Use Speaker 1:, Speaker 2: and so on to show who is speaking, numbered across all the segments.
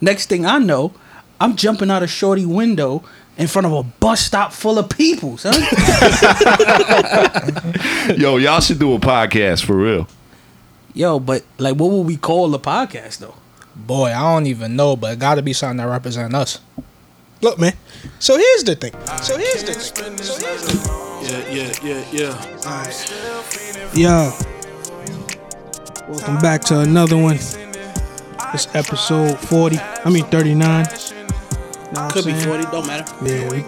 Speaker 1: Next thing I know, I'm jumping out a shorty window in front of a bus stop full of people, son.
Speaker 2: Yo, y'all should do a podcast for real.
Speaker 1: Yo, but like, what would we call the podcast though?
Speaker 3: Boy, I don't even know, but it gotta be something that represents us. Look, man. So here's the thing. So here's the thing. So here's the thing.
Speaker 4: Yeah, yeah, yeah, yeah.
Speaker 5: Yo, welcome back to another one. It's episode 40. I mean 39. Know what
Speaker 1: Could be
Speaker 5: I'm saying?
Speaker 1: forty, don't matter.
Speaker 5: Yeah, we, we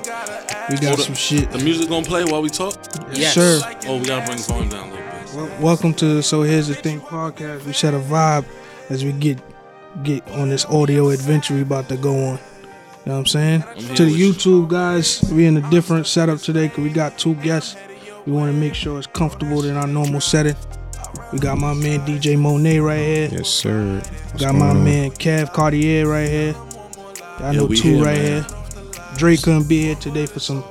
Speaker 5: got
Speaker 4: Hold up.
Speaker 5: some shit.
Speaker 4: The music gonna play while we talk?
Speaker 1: Yes.
Speaker 5: Sure.
Speaker 4: Oh, we gotta bring the volume down a little bit.
Speaker 5: Wel- Welcome to So Here's the Thing podcast. We set a vibe as we get get on this audio adventure we about to go on. You know what I'm saying?
Speaker 4: here
Speaker 5: to the
Speaker 4: with you.
Speaker 5: YouTube guys, we in a different setup today because we got two guests. We want to make sure it's comfortable than our normal setting. We got my man DJ Monet right here.
Speaker 6: Yes, sir. What's
Speaker 5: Got my
Speaker 6: going on?
Speaker 5: man Cav Cartier right here. I know
Speaker 4: we
Speaker 5: two
Speaker 4: here,
Speaker 5: right
Speaker 4: man.
Speaker 5: here. Drake couldn't be here today for some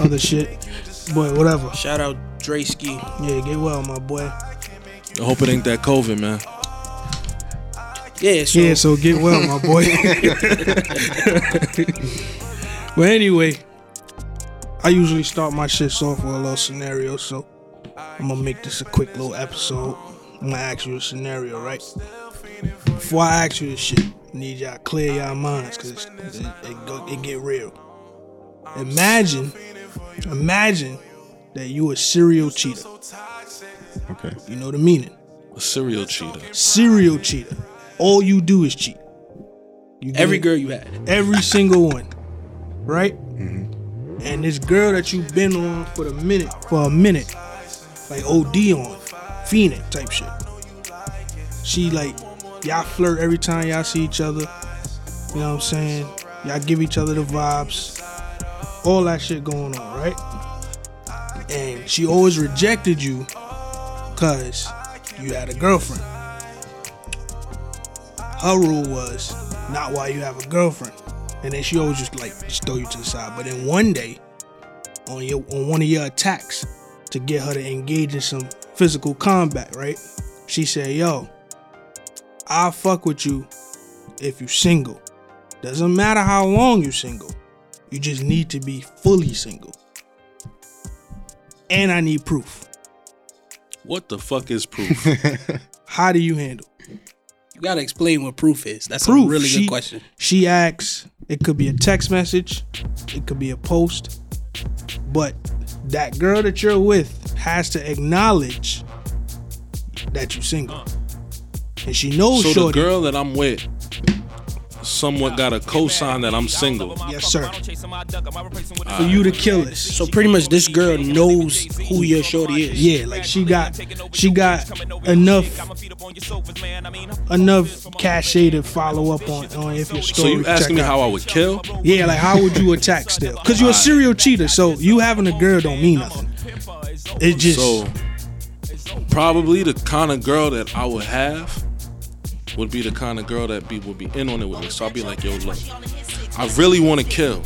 Speaker 5: other shit. But whatever.
Speaker 1: Shout out Dre Ski.
Speaker 5: Yeah, get well, my boy.
Speaker 4: I hope it ain't that COVID, man.
Speaker 1: Yeah, so
Speaker 5: Yeah, so get well, my boy. well, anyway, I usually start my shits off with a little scenario, so I'm gonna make this a quick little episode. I'm gonna ask you a scenario, right? Before I ask you this shit, I need y'all to clear y'all minds, cause it's, it, it, go, it get real. Imagine, imagine that you a serial cheater.
Speaker 6: Okay.
Speaker 5: You know the meaning.
Speaker 4: A serial cheater.
Speaker 5: Serial cheater. All you do is cheat. You
Speaker 1: every
Speaker 5: get-
Speaker 1: girl you had.
Speaker 5: every single one, right?
Speaker 1: Mm-hmm.
Speaker 5: And this girl that you've been on for the minute, for a minute, like OD on, fiending type shit. She like, y'all flirt every time y'all see each other. You know what I'm saying? Y'all give each other the vibes, all that shit going on, right? And she always rejected you, cause you had a girlfriend. Her rule was not while you have a girlfriend. And then she always just like just throw you to the side. But then one day, on your on one of your attacks to get her to engage in some physical combat, right? She said, "Yo, I fuck with you if you single. Doesn't matter how long you single. You just need to be fully single. And I need proof.
Speaker 4: What the fuck is proof?
Speaker 5: How do you handle?"
Speaker 1: You gotta explain what proof is. That's
Speaker 5: proof.
Speaker 1: a really
Speaker 5: she,
Speaker 1: good question.
Speaker 5: She asks, it could be a text message, it could be a post, but that girl that you're with has to acknowledge that you're single. And she knows
Speaker 4: so the
Speaker 5: shorty.
Speaker 4: girl that I'm with somewhat got a cosign that I'm single.
Speaker 5: yes, sir. For you to kill us.
Speaker 1: So pretty much this girl knows who your shorty is.
Speaker 5: yeah, like she got she got enough enough cachet to follow up on, on if your story.
Speaker 4: So you
Speaker 5: check
Speaker 4: asking me
Speaker 5: out.
Speaker 4: how I would kill?
Speaker 5: Yeah, like how would you attack still? Because you're a serial cheater, so you having a girl don't mean nothing. It just
Speaker 4: So probably the kind of girl that I would have would be the kind of girl that be would be in on it with me. So I'd be like, yo, look, I really want to kill.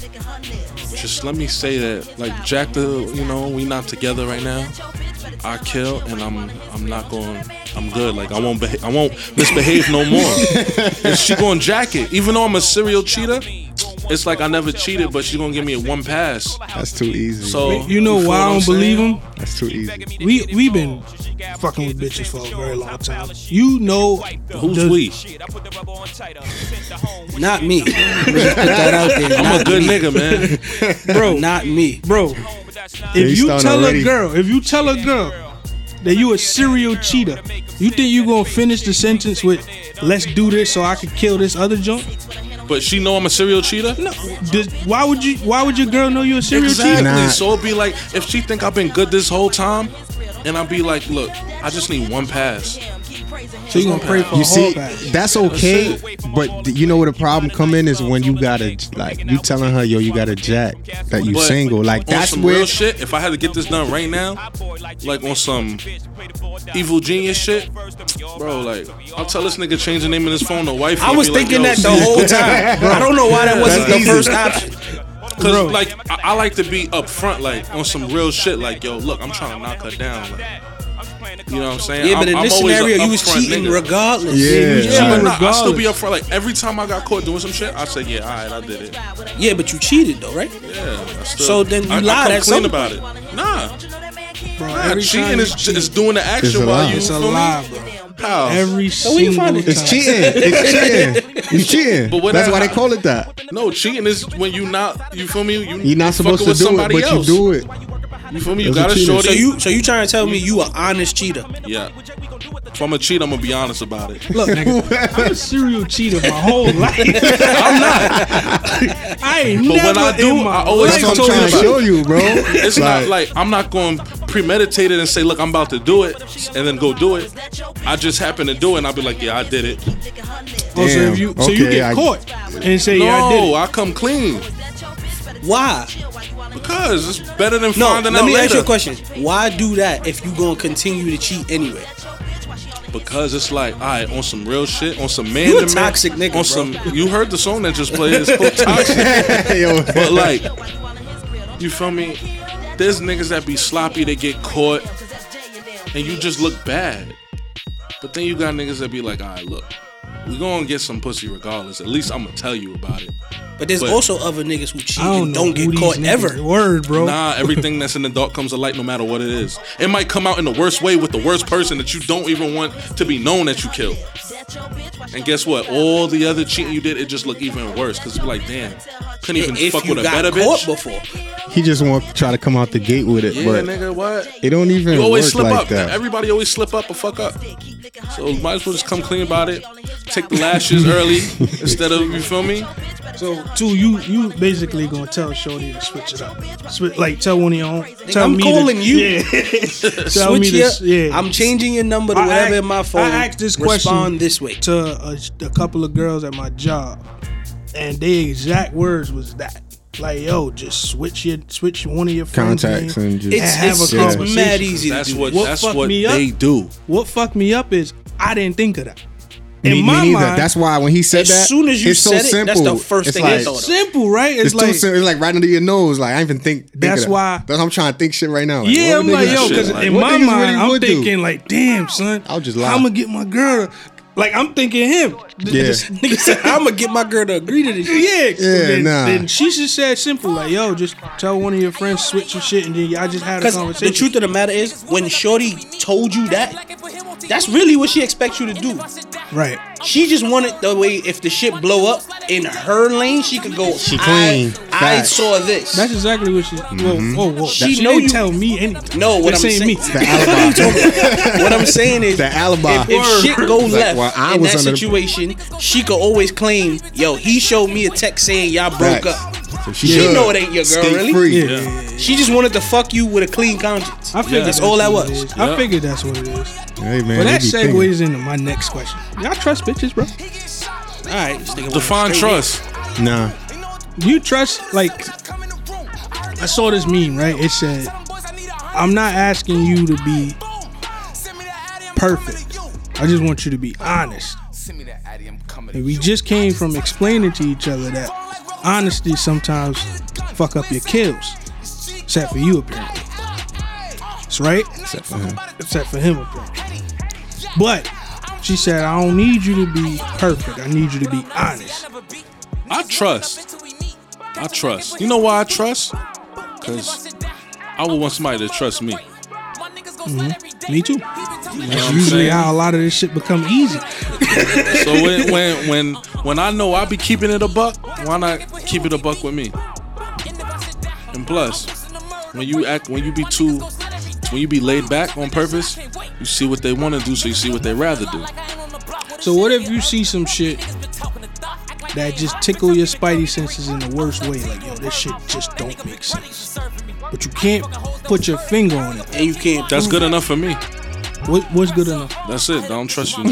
Speaker 4: Just let me say that, like Jack, the you know, we not together right now. I kill and I'm I'm not going. I'm good. Like I won't beha- I won't misbehave no more. and she going jack it, even though I'm a serial cheater. It's like I never cheated, but she gonna give me a one pass.
Speaker 6: That's too easy.
Speaker 4: So
Speaker 5: you know
Speaker 4: feel
Speaker 5: why
Speaker 4: what
Speaker 5: I
Speaker 4: I'm
Speaker 5: don't believe
Speaker 4: saying?
Speaker 5: him.
Speaker 6: that's too easy.
Speaker 5: We we been fucking with bitches for a very long time. You know
Speaker 4: Who's
Speaker 5: the-
Speaker 4: we?
Speaker 1: Not me. Let me just put that out there.
Speaker 4: I'm a
Speaker 1: Not
Speaker 4: good
Speaker 1: me.
Speaker 4: nigga, man.
Speaker 1: bro. Not me.
Speaker 5: bro.
Speaker 6: he
Speaker 5: If you
Speaker 6: started
Speaker 5: tell
Speaker 6: already.
Speaker 5: a girl, if you tell a girl that you a serial cheater, you think you gonna finish the sentence with "Let's do this so I can kill this other junk"?
Speaker 4: But she know I'm a serial cheater.
Speaker 5: No. Does, why would you? Why would your girl know you a serial
Speaker 4: Exactly.
Speaker 5: cheater?
Speaker 6: Nah.
Speaker 4: So it'd be like if she think I've been good this whole time, and I'd be like, look, I just need one pass.
Speaker 5: So you gonna pray for
Speaker 1: Oh,
Speaker 6: You
Speaker 5: a
Speaker 6: see,
Speaker 5: whole package.
Speaker 6: that's okay, but th- you know where the problem come in is when you gotta like you telling her, yo, you got a jack that you
Speaker 4: But
Speaker 6: single. Like
Speaker 4: on
Speaker 6: that's
Speaker 4: some
Speaker 6: where
Speaker 4: real shit. If I had to get this done right now, like on some evil genius shit, bro. Like I'll tell this nigga change the name of his phone to wife.
Speaker 1: I was thinking that the whole time. I don't know why that wasn't the
Speaker 6: easy.
Speaker 1: first option.
Speaker 4: Cause like I, I like to be upfront, like on some real shit. Like yo, look, I'm trying to knock her down. Like, You know what I'm saying?
Speaker 1: Yeah, but
Speaker 4: I'm-
Speaker 1: in
Speaker 4: I'm
Speaker 1: this
Speaker 4: always a
Speaker 1: scenario, you was
Speaker 4: upfront
Speaker 1: cheating
Speaker 4: nigga.
Speaker 1: regardless.
Speaker 6: Yeah.
Speaker 1: you
Speaker 4: Yeah,
Speaker 1: cheated
Speaker 4: but nah, I still
Speaker 1: regardless.
Speaker 4: be upfront. Like every time I got caught doing some shit, I said, "Yeah, all right, I did it."
Speaker 1: Yeah, but you cheated though, right?
Speaker 4: Yeah. I still,
Speaker 1: So then you
Speaker 4: I, I
Speaker 1: lied
Speaker 4: come
Speaker 1: at
Speaker 4: clean
Speaker 1: some-
Speaker 4: about it. Nah,
Speaker 5: Bro,
Speaker 4: nah
Speaker 5: every
Speaker 4: cheating
Speaker 5: time
Speaker 4: is,
Speaker 5: you cheat,
Speaker 4: is doing the
Speaker 6: It's
Speaker 4: action
Speaker 6: a
Speaker 4: while
Speaker 6: lie.
Speaker 4: you.
Speaker 5: it's a
Speaker 4: feel me?
Speaker 5: lie, bro.
Speaker 4: How?
Speaker 5: Every
Speaker 1: where you
Speaker 5: single
Speaker 1: find
Speaker 5: time.
Speaker 1: it?
Speaker 6: It's cheating. It's cheating. You cheating.
Speaker 4: But what
Speaker 6: That's why
Speaker 4: I-
Speaker 6: they call it that.
Speaker 4: no, cheating is when you not. You feel me? You,
Speaker 6: You're not
Speaker 4: fucking
Speaker 6: supposed to
Speaker 4: with
Speaker 6: do it,
Speaker 4: somebody
Speaker 6: but
Speaker 4: else.
Speaker 6: you do it.
Speaker 4: You feel me? You got
Speaker 6: That's
Speaker 4: a
Speaker 6: what cheating is.
Speaker 4: shorty.
Speaker 1: So you so you trying to tell me you an honest cheater?
Speaker 4: yeah. If I'm a cheat, I'm gonna be honest about it.
Speaker 5: Look, nigga, I'm a serial cheater my whole life. I'm not. I ain't
Speaker 4: But
Speaker 5: never
Speaker 4: when I do,
Speaker 5: in my
Speaker 4: I always
Speaker 5: life
Speaker 6: That's what I'm
Speaker 4: told
Speaker 6: trying to
Speaker 4: you.
Speaker 6: show you, bro.
Speaker 4: It's not like I'm not going to premeditate it and say, "Look, I'm about to do it," and then go do it. I just happen to do it, and I'll be like, "Yeah, I did it."
Speaker 5: Oh, so
Speaker 6: Damn.
Speaker 5: if you, so you
Speaker 6: Okay,
Speaker 5: get
Speaker 6: I-
Speaker 5: caught and say, yeah, I did
Speaker 4: No,
Speaker 5: it.
Speaker 4: I, come clean
Speaker 1: Why?
Speaker 4: because it's better than
Speaker 1: No,
Speaker 4: finding
Speaker 1: let
Speaker 4: out
Speaker 1: me
Speaker 4: later.
Speaker 1: ask you a question. Why do that if you gonna continue to cheat anyway?
Speaker 4: Because it's like, all right, on some real shit, on some man.
Speaker 1: You a
Speaker 4: to man-
Speaker 1: toxic nigga,
Speaker 4: On
Speaker 1: bro.
Speaker 4: some, you heard the song that just played. It's called toxic,
Speaker 6: Yo,
Speaker 4: but like, you feel me? There's niggas that be sloppy, they get caught, and you just look bad. But then you got niggas that be like, all right, look, we gonna get some pussy regardless. At least I'm gonna tell you about it.
Speaker 1: But there's
Speaker 4: But-
Speaker 1: also other niggas who cheat
Speaker 5: I
Speaker 1: and
Speaker 5: know
Speaker 1: don't
Speaker 5: who
Speaker 1: get
Speaker 5: these
Speaker 1: caught
Speaker 5: niggas-
Speaker 1: ever.
Speaker 5: Word, bro.
Speaker 4: Nah, everything that's in the dark comes to light no matter what it is. It might come out in the worst way with the worst person that you don't even want to be known that you killed. And guess what? All the other cheating you did, it just looked even worse. Cause it's like, damn, couldn't even
Speaker 1: If
Speaker 4: fuck
Speaker 1: you
Speaker 4: with a
Speaker 1: got
Speaker 4: better
Speaker 1: caught
Speaker 4: bitch.
Speaker 1: before,
Speaker 6: he just want to try to come out the gate with it,
Speaker 4: Yeah,
Speaker 6: but
Speaker 4: nigga, what?
Speaker 6: it don't even
Speaker 4: You
Speaker 6: work
Speaker 4: always slip
Speaker 6: like
Speaker 4: up.
Speaker 6: that.
Speaker 4: Everybody always slip up or fuck up. So might as well just come clean about it. Take the lashes early instead of you feel me.
Speaker 5: So, two, you you basically gonna tell Shorty to switch it up. Switch, like, tell one of your own. Tell
Speaker 1: I'm
Speaker 5: me
Speaker 1: calling
Speaker 5: to,
Speaker 1: you.
Speaker 5: Yeah. tell
Speaker 1: switch
Speaker 5: me
Speaker 1: your,
Speaker 5: this. Yeah.
Speaker 1: I'm changing your number to
Speaker 5: I
Speaker 1: whatever
Speaker 5: act-
Speaker 1: in my phone.
Speaker 5: I asked this question
Speaker 1: Respond this way.
Speaker 5: to a, a couple of girls at my job, and their exact words was that. Like, yo, just switch your switch one of your friends'
Speaker 6: Contacts
Speaker 5: name
Speaker 6: and just-
Speaker 1: It's,
Speaker 5: have
Speaker 1: it's,
Speaker 5: a
Speaker 1: it's
Speaker 5: conversation.
Speaker 1: mad easy
Speaker 4: That's
Speaker 1: to do.
Speaker 4: what,
Speaker 5: What
Speaker 4: that's
Speaker 5: fucked
Speaker 4: what
Speaker 5: me up?
Speaker 4: they do.
Speaker 5: What fucked me up is I didn't think of that. In
Speaker 6: me, me
Speaker 5: my
Speaker 6: neither.
Speaker 5: mind,
Speaker 6: That's why when he said
Speaker 1: As
Speaker 6: that,
Speaker 1: soon as you
Speaker 6: it's so
Speaker 1: said it,
Speaker 6: simple.
Speaker 1: that's the first
Speaker 6: it's
Speaker 1: thing I
Speaker 6: like,
Speaker 1: thought of.
Speaker 5: simple, right? It's,
Speaker 6: It's,
Speaker 5: like,
Speaker 6: too simple. It's like right under your nose. Like I even think. think
Speaker 5: That's
Speaker 6: of that.
Speaker 5: why-
Speaker 6: That's I'm trying to think shit right now.
Speaker 5: yeah,
Speaker 6: what
Speaker 5: I'm
Speaker 6: would
Speaker 5: like,
Speaker 6: niggas-
Speaker 5: yo,
Speaker 4: shit,
Speaker 5: because
Speaker 4: like,
Speaker 5: in
Speaker 6: what
Speaker 5: my
Speaker 6: niggas
Speaker 5: mind,
Speaker 6: really
Speaker 5: I'm
Speaker 6: would do?
Speaker 5: thinking like, damn, son,
Speaker 6: I'll just lie.
Speaker 5: I'm gonna get my girl. Like I'm thinking him.
Speaker 6: Yeah.
Speaker 1: Nigga said, I'm gonna get my girl to agree to this. shit."
Speaker 5: Yeah, then,
Speaker 6: nah.
Speaker 5: then she just said simple, like, yo, just tell one of your friends switch your shit, and then y'all just had a
Speaker 1: Because
Speaker 5: conversation.
Speaker 1: the truth of the matter is, when Shorty told you that, that's really what she expects you to do.
Speaker 5: right?
Speaker 1: She just wanted the way if the shit blow up in her lane, she could go.
Speaker 6: She
Speaker 1: I,
Speaker 6: clean.
Speaker 1: I
Speaker 6: Facts.
Speaker 1: saw this.
Speaker 5: That's exactly what she. Whoa,
Speaker 6: Mm-hmm.
Speaker 5: whoa, whoa.
Speaker 1: She
Speaker 5: She
Speaker 1: know
Speaker 5: didn't
Speaker 1: you-
Speaker 5: tell me anything.
Speaker 1: no, what I'm
Speaker 5: This
Speaker 1: saying.
Speaker 5: ain't me.
Speaker 6: The alibi.
Speaker 1: what I'm saying is
Speaker 6: The alibi.
Speaker 1: If, if shit go
Speaker 6: Like,
Speaker 1: left
Speaker 6: well, I
Speaker 1: in
Speaker 6: was
Speaker 1: that
Speaker 6: under the-
Speaker 1: situation, she could always claim, "Yo, he showed me a text saying y'all broke
Speaker 6: Facts.
Speaker 1: up."
Speaker 6: So she
Speaker 1: You
Speaker 6: good.
Speaker 1: know it ain't your girl,
Speaker 6: Stay
Speaker 1: really.
Speaker 6: free.
Speaker 1: She just wanted to fuck you with a clean conscience.
Speaker 5: I figured
Speaker 1: that's all that
Speaker 5: what it
Speaker 1: was.
Speaker 5: is. I figured that's what it is.
Speaker 6: Hey man,
Speaker 5: But
Speaker 6: they
Speaker 5: that
Speaker 6: be thinking.
Speaker 5: segues into my next question. Y'all trust bitches, bro?
Speaker 1: All right, this nigga wanna
Speaker 4: Define
Speaker 1: stay
Speaker 4: trust.
Speaker 6: Nah,
Speaker 5: Do you trust like I saw this meme, right? It said, I'm not asking you to be perfect. I just want you to be honest. And we just came from explaining to each other that honesty sometimes fuck up your kills. Except for you apparently. That's right? Except for him. Except for him apparently. But she said, I don't need you to be perfect. I need you to be honest.
Speaker 4: I trust. I trust. You know why I trust? Cause I would want somebody to trust me.
Speaker 5: Me too.
Speaker 4: You know what
Speaker 5: That's
Speaker 4: I'm
Speaker 5: usually
Speaker 4: saying?
Speaker 5: how a lot of this shit become easy.
Speaker 4: So when when when, when I know I be keeping it a buck, why not keep it a buck with me? And plus, when you act when you be too when you be laid back on purpose, you see what they want to do, so you see what they rather do.
Speaker 5: So what if you see some shit that just tickle your spidey senses in the worst way? Like, yo, this shit just don't make sense. But you can't put your finger on it.
Speaker 1: And you can't.
Speaker 4: That's good enough for me.
Speaker 5: What, what's good enough?
Speaker 4: That's it. I don't trust you. no.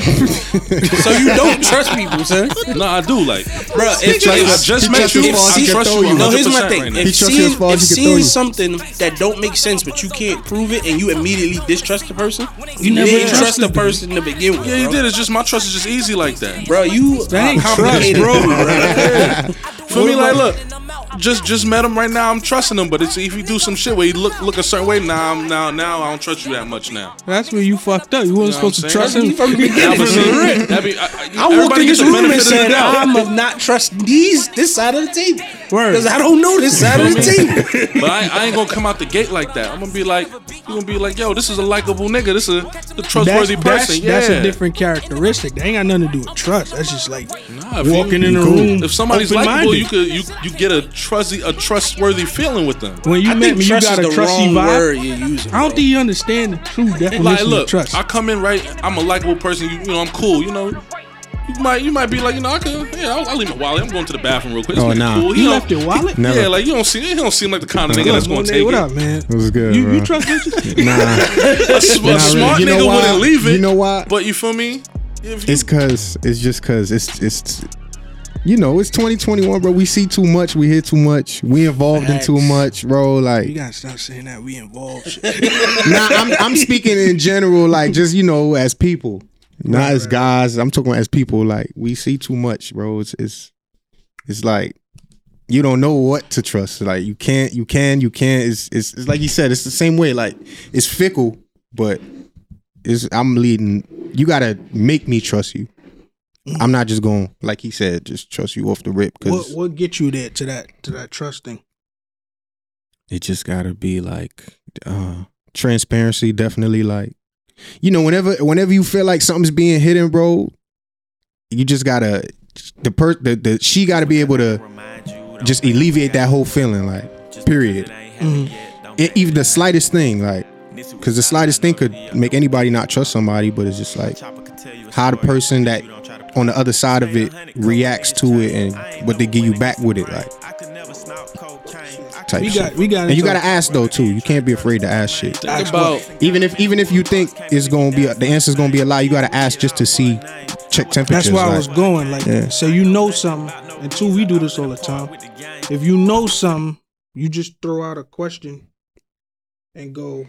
Speaker 1: So you don't trust people, son.
Speaker 4: No, I do like.
Speaker 1: Bro, if,
Speaker 4: Like, I
Speaker 1: if-
Speaker 4: just
Speaker 6: he
Speaker 4: met
Speaker 6: just
Speaker 4: you.
Speaker 6: too far,
Speaker 4: I
Speaker 6: he
Speaker 4: trust
Speaker 6: throw
Speaker 4: you.
Speaker 6: you.
Speaker 1: No, here's my
Speaker 4: 100%
Speaker 1: thing.
Speaker 4: right now.
Speaker 1: If
Speaker 6: He trusts you as
Speaker 1: seeing,
Speaker 6: far
Speaker 1: if
Speaker 6: as he can
Speaker 1: seeing
Speaker 6: throw you.
Speaker 1: something that don't make sense but you can't prove it and you immediately distrust the person, you
Speaker 5: never
Speaker 1: didn't trust
Speaker 5: trusted
Speaker 1: the
Speaker 5: them.
Speaker 1: person to begin with.
Speaker 4: Yeah, you
Speaker 1: bro.
Speaker 4: did. It's just my trust is just easy like that.
Speaker 1: Bro, you
Speaker 5: That ain't
Speaker 1: are
Speaker 5: trust,
Speaker 1: complicated,
Speaker 5: bro.
Speaker 1: dude, bro.
Speaker 4: For me, like, look, just just met him right now. I'm trusting him, but it's if you do some shit where you look look a certain way, now I'm now now I don't trust you that much now.
Speaker 5: That's where you fucked up. You wasn't
Speaker 4: You know what
Speaker 5: supposed to
Speaker 4: I'm
Speaker 5: trust
Speaker 4: saying?
Speaker 5: him from the
Speaker 4: Now,
Speaker 5: beginning.
Speaker 4: but see, that'd be- I, I-
Speaker 5: I walked
Speaker 4: everybody
Speaker 5: in this
Speaker 4: gets the
Speaker 5: room
Speaker 4: benefit
Speaker 5: and
Speaker 4: of the
Speaker 5: said,
Speaker 4: doubt.
Speaker 5: "I'm of not trust these this side of the table because I don't know this side of the table."
Speaker 4: But I, I ain't gonna come out the gate like that. I'm gonna be like, you gonna be like, yo, this is a likable nigga. This is a, a trustworthy person. yeah.
Speaker 5: that's a different characteristic. They ain't got nothing to do with trust. That's just like
Speaker 4: Nah, if
Speaker 5: walking
Speaker 4: you-
Speaker 5: in a
Speaker 4: cool.
Speaker 5: room.
Speaker 4: If somebody's
Speaker 5: open-minded.
Speaker 4: likable, you could you you get a trusty a trustworthy feeling with them.
Speaker 5: When you
Speaker 3: I
Speaker 5: met
Speaker 3: think
Speaker 5: me, you
Speaker 3: trust
Speaker 5: got a
Speaker 3: is the
Speaker 5: trusty
Speaker 3: wrong
Speaker 5: vibe.
Speaker 3: word you're using.
Speaker 5: I don't
Speaker 3: bro.
Speaker 5: think you understand the true definition
Speaker 4: Like,
Speaker 5: of
Speaker 4: look,
Speaker 5: trust.
Speaker 4: I come in right. I'm a likable person. You, you know, I'm cool. You know, you might you might be like, you know, I could. Yeah, I'll, I'll leave my wallet. I'm going to the bathroom real quick. This
Speaker 6: Oh,
Speaker 4: nigga
Speaker 6: nah.
Speaker 4: cool. He
Speaker 5: you
Speaker 4: don't-
Speaker 5: left your wallet.
Speaker 6: Never.
Speaker 4: Yeah, like you don't seem he don't seem like the kind of nigga that's
Speaker 5: Come on,
Speaker 4: going to
Speaker 5: Nate,
Speaker 4: take
Speaker 5: what
Speaker 4: it.
Speaker 5: up, man?
Speaker 6: It was good.
Speaker 5: You,
Speaker 6: bro.
Speaker 5: you trust bitches?
Speaker 6: Nah,
Speaker 4: A, s- a smart
Speaker 6: You know
Speaker 4: nigga
Speaker 6: why?
Speaker 4: wouldn't leave it.
Speaker 6: You know why?
Speaker 4: But you feel me? If you,
Speaker 6: it's cause it's just cause it's it's. You know, it's 2021, bro. We see too much. We hear too much. We involved in too
Speaker 5: Facts.
Speaker 6: much, bro. Like,
Speaker 5: You gotta stop saying that. We involved. Shit.
Speaker 6: nah, I'm, I'm speaking in general, like just you know, as people, not as guys. I'm talking as people. Like we see too much, bro. It's it's it's like you don't know what to trust. Like you can't, you can, you can't. It's it's, it's like you said. It's the same way. Like it's fickle, but it's I'm leading. You gotta make me trust you. I'm not just going like he said, just trust you off the rip
Speaker 5: What
Speaker 6: because
Speaker 5: what get you there to that to that trust thing?
Speaker 6: it just gotta be like uh transparency definitely like you know whenever whenever you feel like something's being hidden bro you just gotta the per the, the she gotta be able to just alleviate that whole feeling like period E- even the slightest thing like because the slightest thing could make anybody not trust somebody but it's just like how the person that on the other side of it reacts to it and what they give you back with it like type
Speaker 5: We
Speaker 6: shit.
Speaker 5: got we got.
Speaker 6: And you
Speaker 5: into-
Speaker 6: gotta ask though too. You can't be afraid to ask shit.
Speaker 4: think about
Speaker 6: Even if even if you think it's gonna be a, the answer's gonna be a lie, you gotta ask just to see, check temperatures.
Speaker 5: That's where I
Speaker 6: like,
Speaker 5: was going. Like,
Speaker 6: Yeah.
Speaker 5: so you know something, and two, we do this all the time. If you know something, you just throw out a question and go.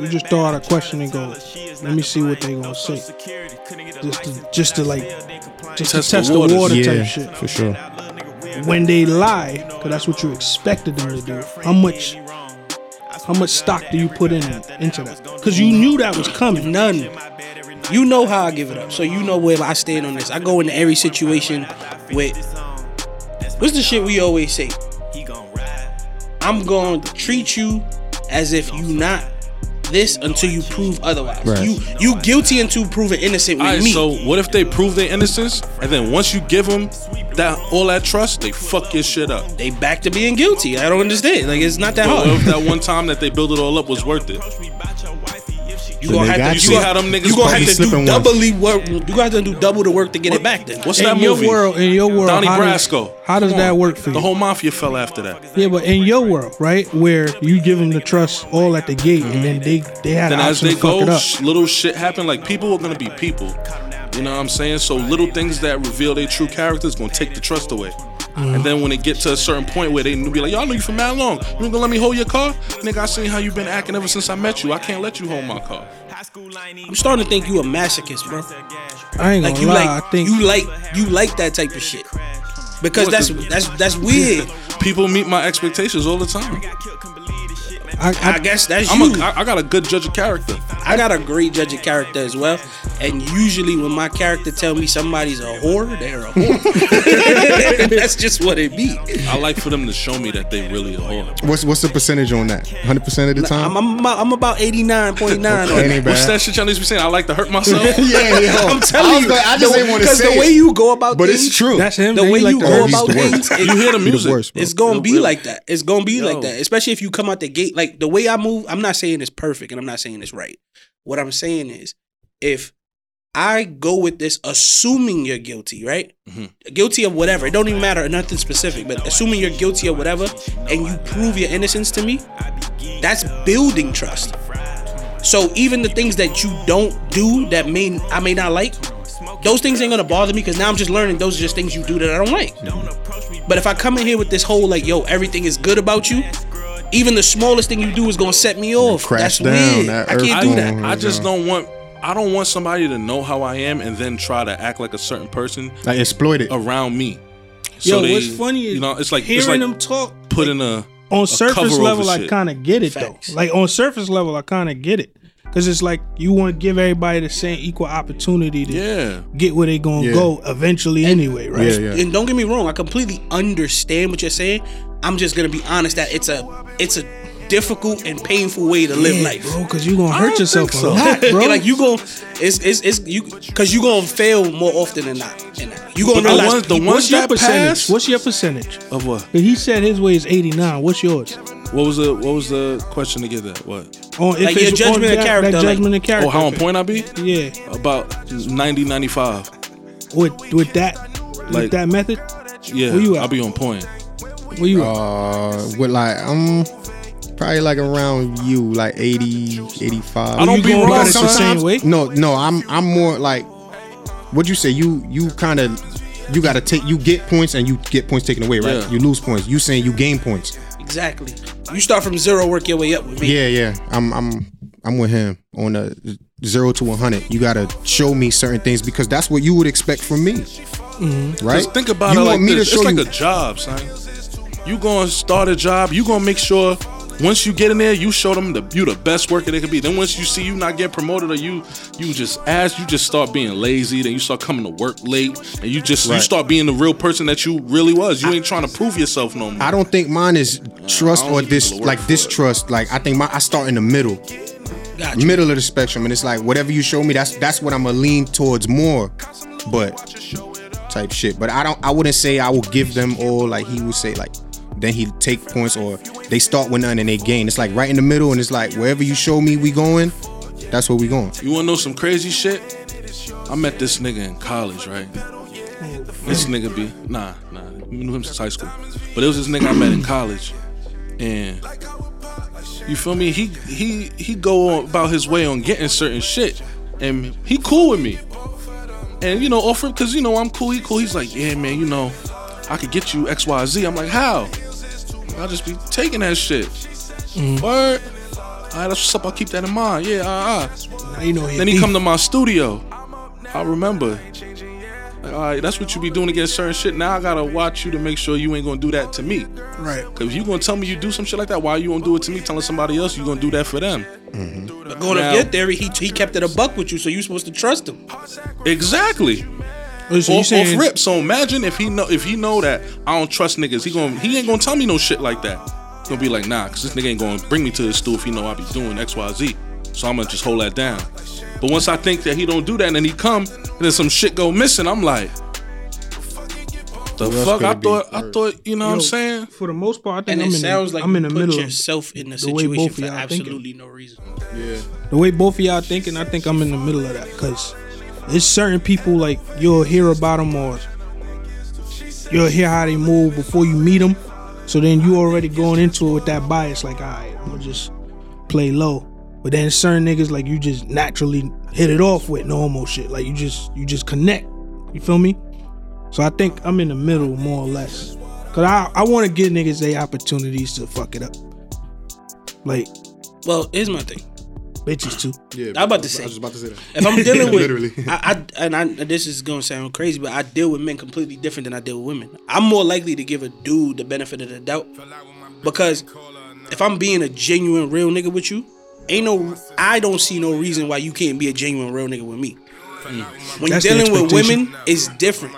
Speaker 5: You just throw out a question and go. Let me see what they gonna say. Just to, just to like, just
Speaker 4: Test
Speaker 5: to
Speaker 4: the
Speaker 5: test the
Speaker 4: waters.
Speaker 5: water,
Speaker 6: yeah,
Speaker 5: type shit.
Speaker 6: for sure.
Speaker 5: When they lie, because that's what you expected them to do. How much? How much stock do you put in into that? Because you knew that was coming.
Speaker 1: None. You know how I give it up, so you know where I stand on this. I go into every situation with what's the shit we always say? I'm going to treat you as if you not this until you prove otherwise.
Speaker 6: Right.
Speaker 1: You you guilty until proven innocent with
Speaker 4: All right,
Speaker 1: me.
Speaker 4: so what if they prove their innocence, and then once you give them that all that trust, they fuck your shit up.
Speaker 1: they back to being guilty. I don't understand. Like it's not that
Speaker 4: But
Speaker 1: hard.
Speaker 4: what if that one time that they built it all up was worth it?
Speaker 1: you
Speaker 6: they
Speaker 1: gonna have
Speaker 6: got
Speaker 1: to
Speaker 4: You
Speaker 6: you.
Speaker 4: see how them niggas
Speaker 1: you gonna have to
Speaker 6: Slipping
Speaker 1: do
Speaker 6: once.
Speaker 1: doubly work. You gonna have to do double the work to get it back. Then
Speaker 4: What's
Speaker 5: in
Speaker 4: that
Speaker 5: your
Speaker 4: movie?
Speaker 5: world, in your world,
Speaker 4: Donnie
Speaker 5: how
Speaker 4: Brasco.
Speaker 5: Does, how does
Speaker 4: Come
Speaker 5: that
Speaker 4: on.
Speaker 5: work for you?
Speaker 4: The whole mafia fell after that.
Speaker 5: yeah, but in your world, right, where you give them the trust all at the gate, and then they they had
Speaker 4: Then
Speaker 5: an
Speaker 4: as
Speaker 5: option
Speaker 4: they
Speaker 5: to fuck it
Speaker 4: go,
Speaker 5: up.
Speaker 4: sh- little shit happen. Like people are gonna be people. You know what I'm saying? So little things that reveal their true character is gonna take the trust away. And then when it get to a certain point where they be like, "Y'all knew you for mad long. You ain't gonna let me hold your car, nigga. I seen how you been acting ever since I met you. I can't let you hold my car."
Speaker 1: I'm starting to think you a masochist, bro.
Speaker 5: I ain't gonna
Speaker 1: Like you
Speaker 5: lie.
Speaker 1: like
Speaker 5: I think
Speaker 1: you like you like that type of shit because that's that's that's weird.
Speaker 4: People meet my expectations all the time.
Speaker 5: I,
Speaker 1: I
Speaker 5: I,
Speaker 1: guess that's
Speaker 4: I'm
Speaker 1: you.
Speaker 4: a, I, I got a good judge of character.
Speaker 1: I got a great judge of character as well. And usually when my character tell me somebody's a whore, they're a whore. that's just what it be.
Speaker 4: I like for them to show me that they really are.
Speaker 6: What's what's the percentage on that? Hundred percent of the
Speaker 1: I'm,
Speaker 6: time.
Speaker 1: I'm, about, I'm about 89.9 on
Speaker 6: It
Speaker 1: that.
Speaker 6: ain't
Speaker 4: What's
Speaker 6: bad.
Speaker 4: that shit y'all niggas be saying? I like to hurt myself.
Speaker 6: Yeah, yo.
Speaker 1: I'm telling
Speaker 6: I was
Speaker 1: you,
Speaker 6: gonna- I just
Speaker 1: the-
Speaker 6: ain't want to
Speaker 1: the
Speaker 6: say
Speaker 1: way
Speaker 6: it.
Speaker 1: you go about
Speaker 6: But
Speaker 1: things,
Speaker 6: it's true.
Speaker 5: that's him.
Speaker 1: The
Speaker 5: They
Speaker 1: way
Speaker 5: like
Speaker 1: you
Speaker 5: to
Speaker 1: go
Speaker 5: hurt
Speaker 6: He's
Speaker 1: about
Speaker 6: the worst.
Speaker 1: things, it-
Speaker 4: You hear the
Speaker 6: He the
Speaker 4: music.
Speaker 6: worst, bro.
Speaker 1: It's gonna be
Speaker 4: Really?
Speaker 1: like that. It's gonna be like
Speaker 4: Yo.
Speaker 1: that. Especially if you come out the gate. Like the way I move, I'm not saying it's perfect and I'm not saying it's right. What I'm saying is if I go with this assuming you're guilty, right? Guilty of whatever. It don't even matter, nothing specific, but assuming you're guilty of whatever and you prove your innocence to me, that's building trust. So even the things that you don't do that may I may not like, those things ain't gonna bother me because now I'm just learning those are just things you do that I don't like. But if I come in here with this whole like, yo, everything is good about you, even the smallest thing you do is gonna set me off. That's
Speaker 6: Crash down,
Speaker 1: weird.
Speaker 6: that
Speaker 1: I
Speaker 6: earth
Speaker 4: I,
Speaker 1: can't do that.
Speaker 6: going.
Speaker 4: I just
Speaker 6: Yeah.
Speaker 4: don't want. I don't want somebody to know how I am and then try to act like a certain person
Speaker 6: Like exploit it.
Speaker 4: around me. So
Speaker 5: Yo,
Speaker 4: they-
Speaker 5: what's funny is
Speaker 4: you know, it's like
Speaker 5: hearing
Speaker 4: it's like
Speaker 5: them talk
Speaker 4: put in a
Speaker 5: on
Speaker 4: cover
Speaker 5: surface
Speaker 4: over
Speaker 5: level, I
Speaker 4: shit.
Speaker 5: kind of get it
Speaker 1: Facts.
Speaker 5: though. Like on surface level, I kind of get it because it's like you want to give everybody the same equal opportunity to
Speaker 4: yeah.
Speaker 5: get where they gonna
Speaker 6: Yeah.
Speaker 5: go eventually anyway, right?
Speaker 6: Yeah, yeah.
Speaker 1: And don't get me wrong, I completely understand what you're saying. I'm just gonna be honest that it's a it's a difficult and painful way to live
Speaker 5: Yeah,
Speaker 1: life.
Speaker 5: bro, because you gonna
Speaker 4: I
Speaker 5: hurt
Speaker 4: don't
Speaker 5: yourself
Speaker 4: think
Speaker 5: a
Speaker 4: so.
Speaker 5: lot, bro.
Speaker 1: Yeah, like you gon' it's it's it's you because you gonna fail more often than not. And you gonna
Speaker 4: But the
Speaker 1: realize
Speaker 4: ones- the ones
Speaker 5: what's your
Speaker 4: that
Speaker 5: percentage?
Speaker 4: passed uh,
Speaker 5: What's your percentage?
Speaker 4: of what?
Speaker 5: He said his way is eighty nine. What's yours?
Speaker 4: What was the what was the question to get that? What?
Speaker 5: On if
Speaker 1: Like, your
Speaker 5: it's-
Speaker 1: judgment
Speaker 5: on
Speaker 1: of
Speaker 5: that-
Speaker 1: character,
Speaker 5: That
Speaker 1: like-
Speaker 5: judgment of character.
Speaker 4: Oh, how on point I be?
Speaker 5: Yeah,
Speaker 4: About 90, 95.
Speaker 5: with with that
Speaker 4: Like-
Speaker 5: with that method.
Speaker 4: Yeah,
Speaker 5: Where you at?
Speaker 4: I'll be on point.
Speaker 5: Where you at?
Speaker 6: Uh, with like um, probably like around you, like 80, 85.
Speaker 4: I don't
Speaker 5: you
Speaker 4: be
Speaker 5: going
Speaker 4: wrong
Speaker 5: about it the
Speaker 4: sometimes.
Speaker 5: same way.
Speaker 6: No, no, I'm I'm more like what'd you say? You you kind of you gotta take you get points and you get points taken away, right?
Speaker 4: Yeah.
Speaker 6: You lose points. You saying you gain points.
Speaker 1: exactly. You start from zero, work your way up with me.
Speaker 6: Yeah, yeah. I'm I'm I'm with him on a zero to one hundred. You gotta show me certain things because that's what you would expect from me, right?
Speaker 5: Mm-hmm.
Speaker 4: Just think about
Speaker 6: you
Speaker 4: it like
Speaker 6: me
Speaker 4: this.
Speaker 6: to show
Speaker 4: It's like
Speaker 6: you-
Speaker 4: a job, son. You gonna start a job. You gonna make sure once you get in there, you show them the you the best worker they could be. Then once you see you not get promoted or you you just ask, you just start being lazy. Then you start coming to work late, and you just you
Speaker 6: Right.
Speaker 4: start being the real person that you really was. You ain't trying to prove yourself no more.
Speaker 6: I don't think mine is trust
Speaker 4: I don't
Speaker 6: or
Speaker 4: need
Speaker 6: this
Speaker 4: people to work
Speaker 6: like
Speaker 4: for it.
Speaker 6: distrust. Like I think my I start in the middle,
Speaker 1: Gotcha.
Speaker 6: middle of the spectrum, and it's like whatever you show me, that's that's what I'm gonna lean towards more, but type shit. But I don't. I wouldn't say I will give them all. Like he would say like. Then he take points, or they start with none and they gain. It's like right in the middle, and it's like wherever you show me we going, that's where we going.
Speaker 4: You wanna know some crazy shit? I met this nigga in college, right? This nigga be nah, nah. We knew him since high school, but it was this nigga I met in college, and you feel me? He he he go on about his way on getting certain shit, and he cool with me, and you know offer because you know I'm cool. He cool. He's like, yeah, man, you know, I could get you X Y Z. I'm like, how? I'll just be taking that shit. Word. All right, that's what's up. I'll keep that in mind. Yeah, ah, all right.
Speaker 5: Now you know
Speaker 4: Then he come to my studio. I remember. Like, all right, that's what you be doing against certain shit. Now I gotta watch you to make sure you ain't gonna do that to me.
Speaker 5: right.
Speaker 4: Cause if you gonna tell me you do some shit like that, why you gonna do it to me? Telling somebody else you gonna do that for them?
Speaker 5: Mm-hmm.
Speaker 1: But going
Speaker 4: Now-
Speaker 1: up your theory, he he kept it a buck with you, so you supposed to trust him.
Speaker 4: Exactly.
Speaker 5: Oh, so you
Speaker 4: off, off
Speaker 5: saying
Speaker 4: rip. So imagine if he know if he know that I don't trust niggas, he going he ain't gonna tell me no shit like that. He gonna be like, nah, cause this nigga ain't gonna bring me to his stool if he know I be doing X Y Z. So I'm gonna just hold that down. But once I think that he don't do that and then he come and then some shit go missing, I'm like, the
Speaker 6: else
Speaker 4: fuck?
Speaker 6: could
Speaker 4: I
Speaker 6: it be?
Speaker 4: thought I thought you know what I'm
Speaker 5: Yo,
Speaker 4: saying.
Speaker 5: For the most part, I think
Speaker 1: And
Speaker 5: I'm,
Speaker 1: it
Speaker 5: in
Speaker 1: sounds
Speaker 5: the,
Speaker 1: like
Speaker 5: I'm in the
Speaker 1: you put
Speaker 5: middle. of-
Speaker 1: yourself in the
Speaker 5: the way
Speaker 1: situation
Speaker 5: both
Speaker 1: for
Speaker 5: of y'all thinking.
Speaker 1: absolutely no reason.
Speaker 5: the way both of y'all thinking, I think I'm in the middle of that because there's certain people like you'll hear about them or you'll hear how they move before you meet them. So then you already going into it with that bias, like, all right, I'm gonna just play low. But then certain niggas like you just naturally hit it off with normal shit, like you just you just connect. You feel me? So I think I'm in the middle more or less, cause I I want to give niggas they opportunities to fuck it up, like
Speaker 1: Well, here's my thing.
Speaker 5: bitches too.
Speaker 1: I'm about to say. I was
Speaker 6: about to say that.
Speaker 1: If I'm dealing with,
Speaker 6: Literally.
Speaker 1: I, I and I, this is gonna sound crazy, but I deal with men completely different than I deal with women. I'm more likely to give a dude the benefit of the doubt because if I'm being a genuine real nigga with you, ain't no, I don't see no reason why you can't be a genuine real nigga with me. When
Speaker 5: That's the
Speaker 1: you're dealing with
Speaker 5: expectation.
Speaker 1: women, it's different.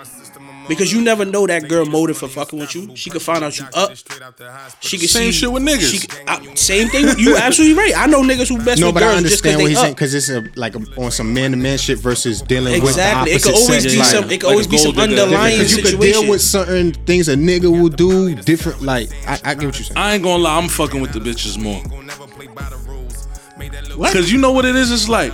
Speaker 1: Because you never know that girl motive for fucking with you. She could find out you up. She could see-
Speaker 4: Same shit with niggas.
Speaker 1: she could- I- same thing. You absolutely right. I know niggas who best
Speaker 6: No,
Speaker 1: with
Speaker 6: but I
Speaker 1: girls just
Speaker 6: understand
Speaker 1: because
Speaker 6: what
Speaker 1: they
Speaker 6: he's
Speaker 1: up.
Speaker 6: saying because it's a, like a, on some man to man shit versus dealing
Speaker 1: Exactly. It
Speaker 6: with the opposite
Speaker 1: could always
Speaker 6: sex,
Speaker 1: be
Speaker 6: like,
Speaker 1: some. It could
Speaker 4: like
Speaker 1: always
Speaker 4: a
Speaker 1: be some
Speaker 4: gold digger.
Speaker 1: underlying
Speaker 6: because you
Speaker 1: situation.
Speaker 6: could deal with certain things a nigga will do different. Like I, I get what you're saying.
Speaker 4: I ain't gonna lie, I'm fucking with the bitches more. Cause you know what it is? It's like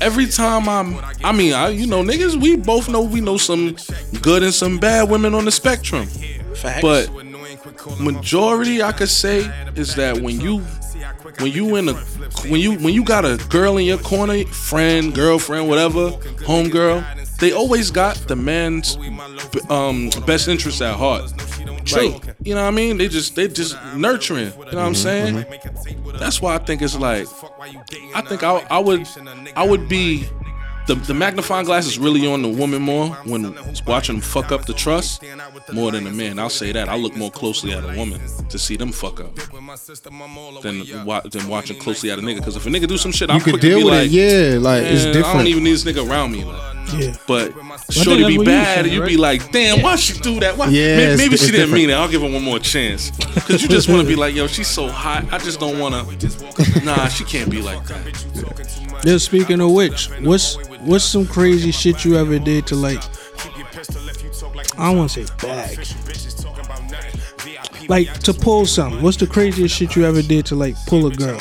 Speaker 4: every time I'm, I mean, I, you know, niggas, we both know we know some good and some bad women on the spectrum,
Speaker 1: Facts.
Speaker 4: but majority I could say is that when you, when you in a, when you when you got a girl in your corner, friend, girlfriend, whatever, homegirl, they always got the man's um, best interests at heart. True. you know what I mean? They just they just nurturing. You know what I'm saying? That's why I think it's like I think I I would I would be the, the magnifying glass is really on the woman more when it's watching them fuck up the trust more than the man. I'll say that. I look more closely at a woman to see them fuck up than wa- than watching closely at a nigga. Because if a nigga do some shit, I'm
Speaker 6: You could
Speaker 4: quick to
Speaker 6: deal
Speaker 4: be
Speaker 6: with
Speaker 4: like,
Speaker 6: it, yeah. Like it's
Speaker 4: "Man,
Speaker 6: different.
Speaker 4: I don't even need this nigga around me. Like,
Speaker 5: Yeah.
Speaker 4: but
Speaker 5: think
Speaker 4: sure
Speaker 5: that's
Speaker 4: to be
Speaker 5: what you
Speaker 4: bad,
Speaker 5: said,
Speaker 4: you'd
Speaker 5: right?
Speaker 4: be like, damn, why she do that? Why?
Speaker 6: Yeah,
Speaker 4: May-
Speaker 6: it's-
Speaker 4: maybe
Speaker 6: it's
Speaker 4: she didn't
Speaker 6: different.
Speaker 4: mean it. I'll give her one more chance. Cause you just want to be like, yo, she's so hot. I just don't want to. Nah, she can't be like that.
Speaker 5: Just speaking of which, what's what's some crazy shit you ever did to like? I don't want to say bag. Like to pull something. What's the craziest shit you ever did to like pull a girl?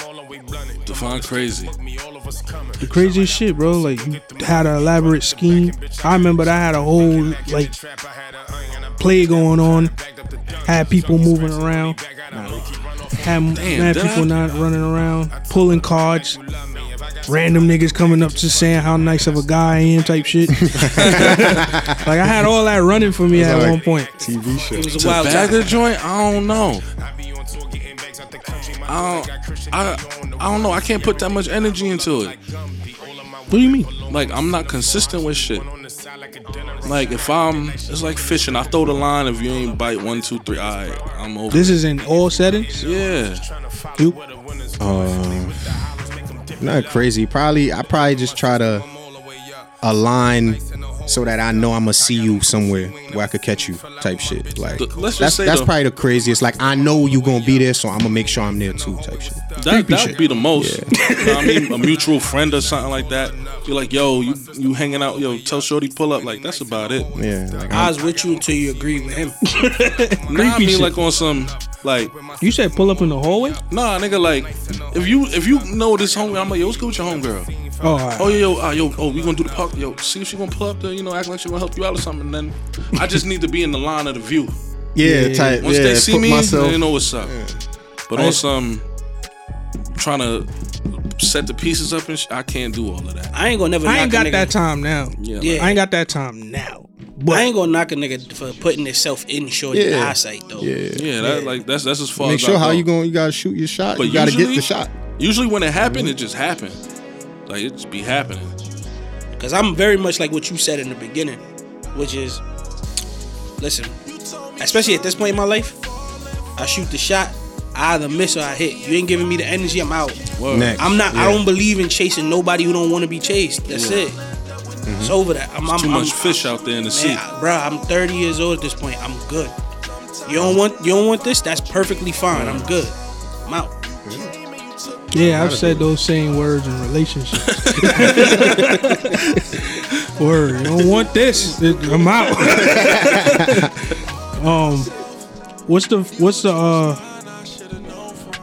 Speaker 4: Define crazy.
Speaker 5: The craziest shit, bro. Like you had an elaborate scheme. I remember that I had a whole like play going on. Had people moving around. Had mad
Speaker 4: did I?
Speaker 5: people not running around, pulling cards. Random niggas coming up to saying how nice of a guy I am, type shit. like I had all that running for me at
Speaker 6: like-
Speaker 5: one point.
Speaker 6: TV show.
Speaker 1: It was a
Speaker 4: To
Speaker 1: wild
Speaker 4: bag
Speaker 1: time.
Speaker 4: a joint, I don't know. I don't, I, I don't know. I can't put that much energy into it.
Speaker 5: What do you mean?
Speaker 4: Like I'm not consistent with shit. Like if I'm, it's like fishing. I throw the line. If you ain't bite one, two, three, I, I'm over.
Speaker 5: This is in all settings.
Speaker 4: yeah.
Speaker 5: You-
Speaker 6: Um, not crazy. Probably I probably just try to align so that I know I'm gonna see you somewhere where I could catch you type shit. Like
Speaker 4: Th- let's just
Speaker 6: that's
Speaker 4: say
Speaker 6: that's
Speaker 4: though-
Speaker 6: probably the craziest. Like I know you gonna be there, so I'm gonna make sure I'm there too type shit.
Speaker 4: That that'd be the most. You know what I mean, a mutual friend or something like that. You're like, yo, you you hanging out, yo, tell Shorty pull up. Like that's about it.
Speaker 6: Yeah, like,
Speaker 1: I was with you until you agreed with him.
Speaker 4: Nah, I mean
Speaker 5: shit.
Speaker 4: like on some like
Speaker 5: You said pull up in the hallway?
Speaker 4: nah, nigga, like if you if you know this homie, I'm like, yo, what's good with your homegirl?
Speaker 5: Oh, all right.
Speaker 4: Oh yo, yo, uh, yo, oh we gonna do the park, yo, see if she gonna pull up there, you know, act like she gonna help you out or something. And then I just need to be in the line of the view.
Speaker 6: yeah, type.
Speaker 4: Once
Speaker 6: yeah,
Speaker 4: they see
Speaker 6: put
Speaker 4: me,
Speaker 6: myself.
Speaker 4: they know what's up. But on some trying to set the pieces up and sh- I can't do all of that.
Speaker 1: I ain't gonna never.
Speaker 5: I ain't
Speaker 1: knock
Speaker 5: got
Speaker 1: a nigga.
Speaker 5: that time now.
Speaker 4: Yeah,
Speaker 1: Yeah.
Speaker 5: I ain't got that time now.
Speaker 1: I ain't gonna knock a nigga for putting itself in short
Speaker 6: Yeah.
Speaker 1: eyesight though.
Speaker 6: Yeah.
Speaker 4: Yeah, that, like that's that's as far
Speaker 6: Make
Speaker 4: as
Speaker 6: sure
Speaker 4: I
Speaker 6: how
Speaker 4: go.
Speaker 6: you going. You gotta shoot your shot.
Speaker 4: But
Speaker 6: you gotta
Speaker 4: usually,
Speaker 6: get the shot.
Speaker 4: Usually when it happened, it just happened. Like it just be happening.
Speaker 1: Cause I'm very much like what you said in the beginning, which is, listen, especially at this point in my life, I shoot the shot, I either miss or I hit. You ain't giving me the energy, I'm out.
Speaker 4: Word.
Speaker 6: Next.
Speaker 1: I'm not. I don't believe in chasing nobody who don't want to be chased. That's it. It's over that. I'm, I'm
Speaker 4: Mm-hmm. Too much
Speaker 1: I'm-
Speaker 4: fish out there in the sea.
Speaker 1: Man, I- bro, I'm 30 years old at this point. I'm good. You don't want you don't want this? That's perfectly fine. I'm good. I'm out.
Speaker 5: Yeah, I've said those same words in relationships. Word, you don't want this. It- I'm out. um, what's the what's the uh,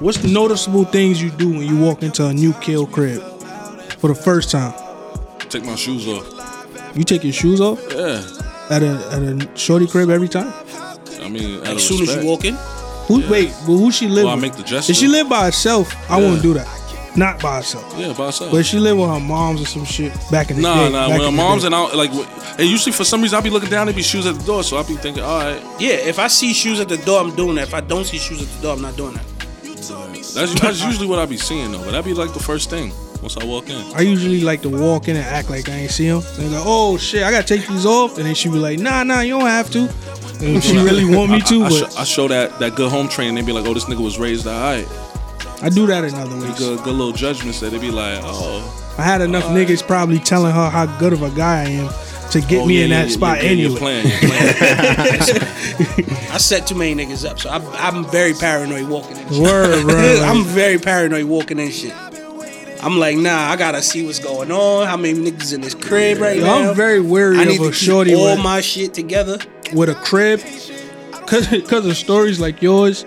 Speaker 5: what's the noticeable things you do when you walk into a new kill crib for the first time?
Speaker 4: Take my shoes off.
Speaker 5: You take your shoes off
Speaker 4: Yeah.
Speaker 5: at a at a shorty crib every time.
Speaker 4: I mean, out of
Speaker 1: As soon as
Speaker 4: respect.
Speaker 1: you walk in,
Speaker 5: Who wait? But who she live?
Speaker 4: Well, I
Speaker 5: with?
Speaker 4: make the gesture.
Speaker 5: if she live by herself, I
Speaker 4: Yeah.
Speaker 5: won't do that. Not by herself.
Speaker 4: Yeah, by herself.
Speaker 5: But if she lived with her moms or some shit back in the
Speaker 4: Nah,
Speaker 5: day. back
Speaker 4: nah. When
Speaker 5: in
Speaker 4: her
Speaker 5: the
Speaker 4: mom's
Speaker 5: day.
Speaker 4: and I like, w- and usually for some reason I'll be looking down, there be shoes at the door, so I'll be thinking, all right,
Speaker 1: yeah. If I see shoes at the door, I'm doing that. If I don't see shoes at the door, I'm not doing that.
Speaker 4: that's, that's usually what I be seeing though. But that'd be like the first thing once I walk in.
Speaker 5: I usually like to walk in and act like I ain't see him. And go, oh shit, I gotta take these off. And then she be like, nah, nah, you don't have to. And she really want me to,
Speaker 4: I,
Speaker 5: but
Speaker 4: sho- I show that that good home train, they be like, oh, this nigga was raised all right.
Speaker 5: I do that in other ways.
Speaker 4: Good, good little judgments that they be like, oh,
Speaker 5: I had enough niggas probably telling her how good of a guy I am to get
Speaker 4: oh,
Speaker 5: me
Speaker 4: yeah,
Speaker 5: in
Speaker 4: yeah,
Speaker 5: that
Speaker 4: yeah,
Speaker 5: spot
Speaker 4: yeah, You're
Speaker 5: anyway.
Speaker 4: playing, you're playing.
Speaker 1: I set too many niggas up, so I'm, I'm very paranoid walking in. Shit.
Speaker 5: Word, bro.
Speaker 1: I'm very paranoid walking in shit. I'm like, nah, I gotta see what's going on. How many niggas in this crib right
Speaker 5: Yo,
Speaker 1: now?
Speaker 5: I'm very wary
Speaker 1: I
Speaker 5: of
Speaker 1: need
Speaker 5: a
Speaker 1: to
Speaker 5: shorty
Speaker 1: keep all
Speaker 5: with,
Speaker 1: my shit together.
Speaker 5: with a crib. Cause, cause of stories like yours,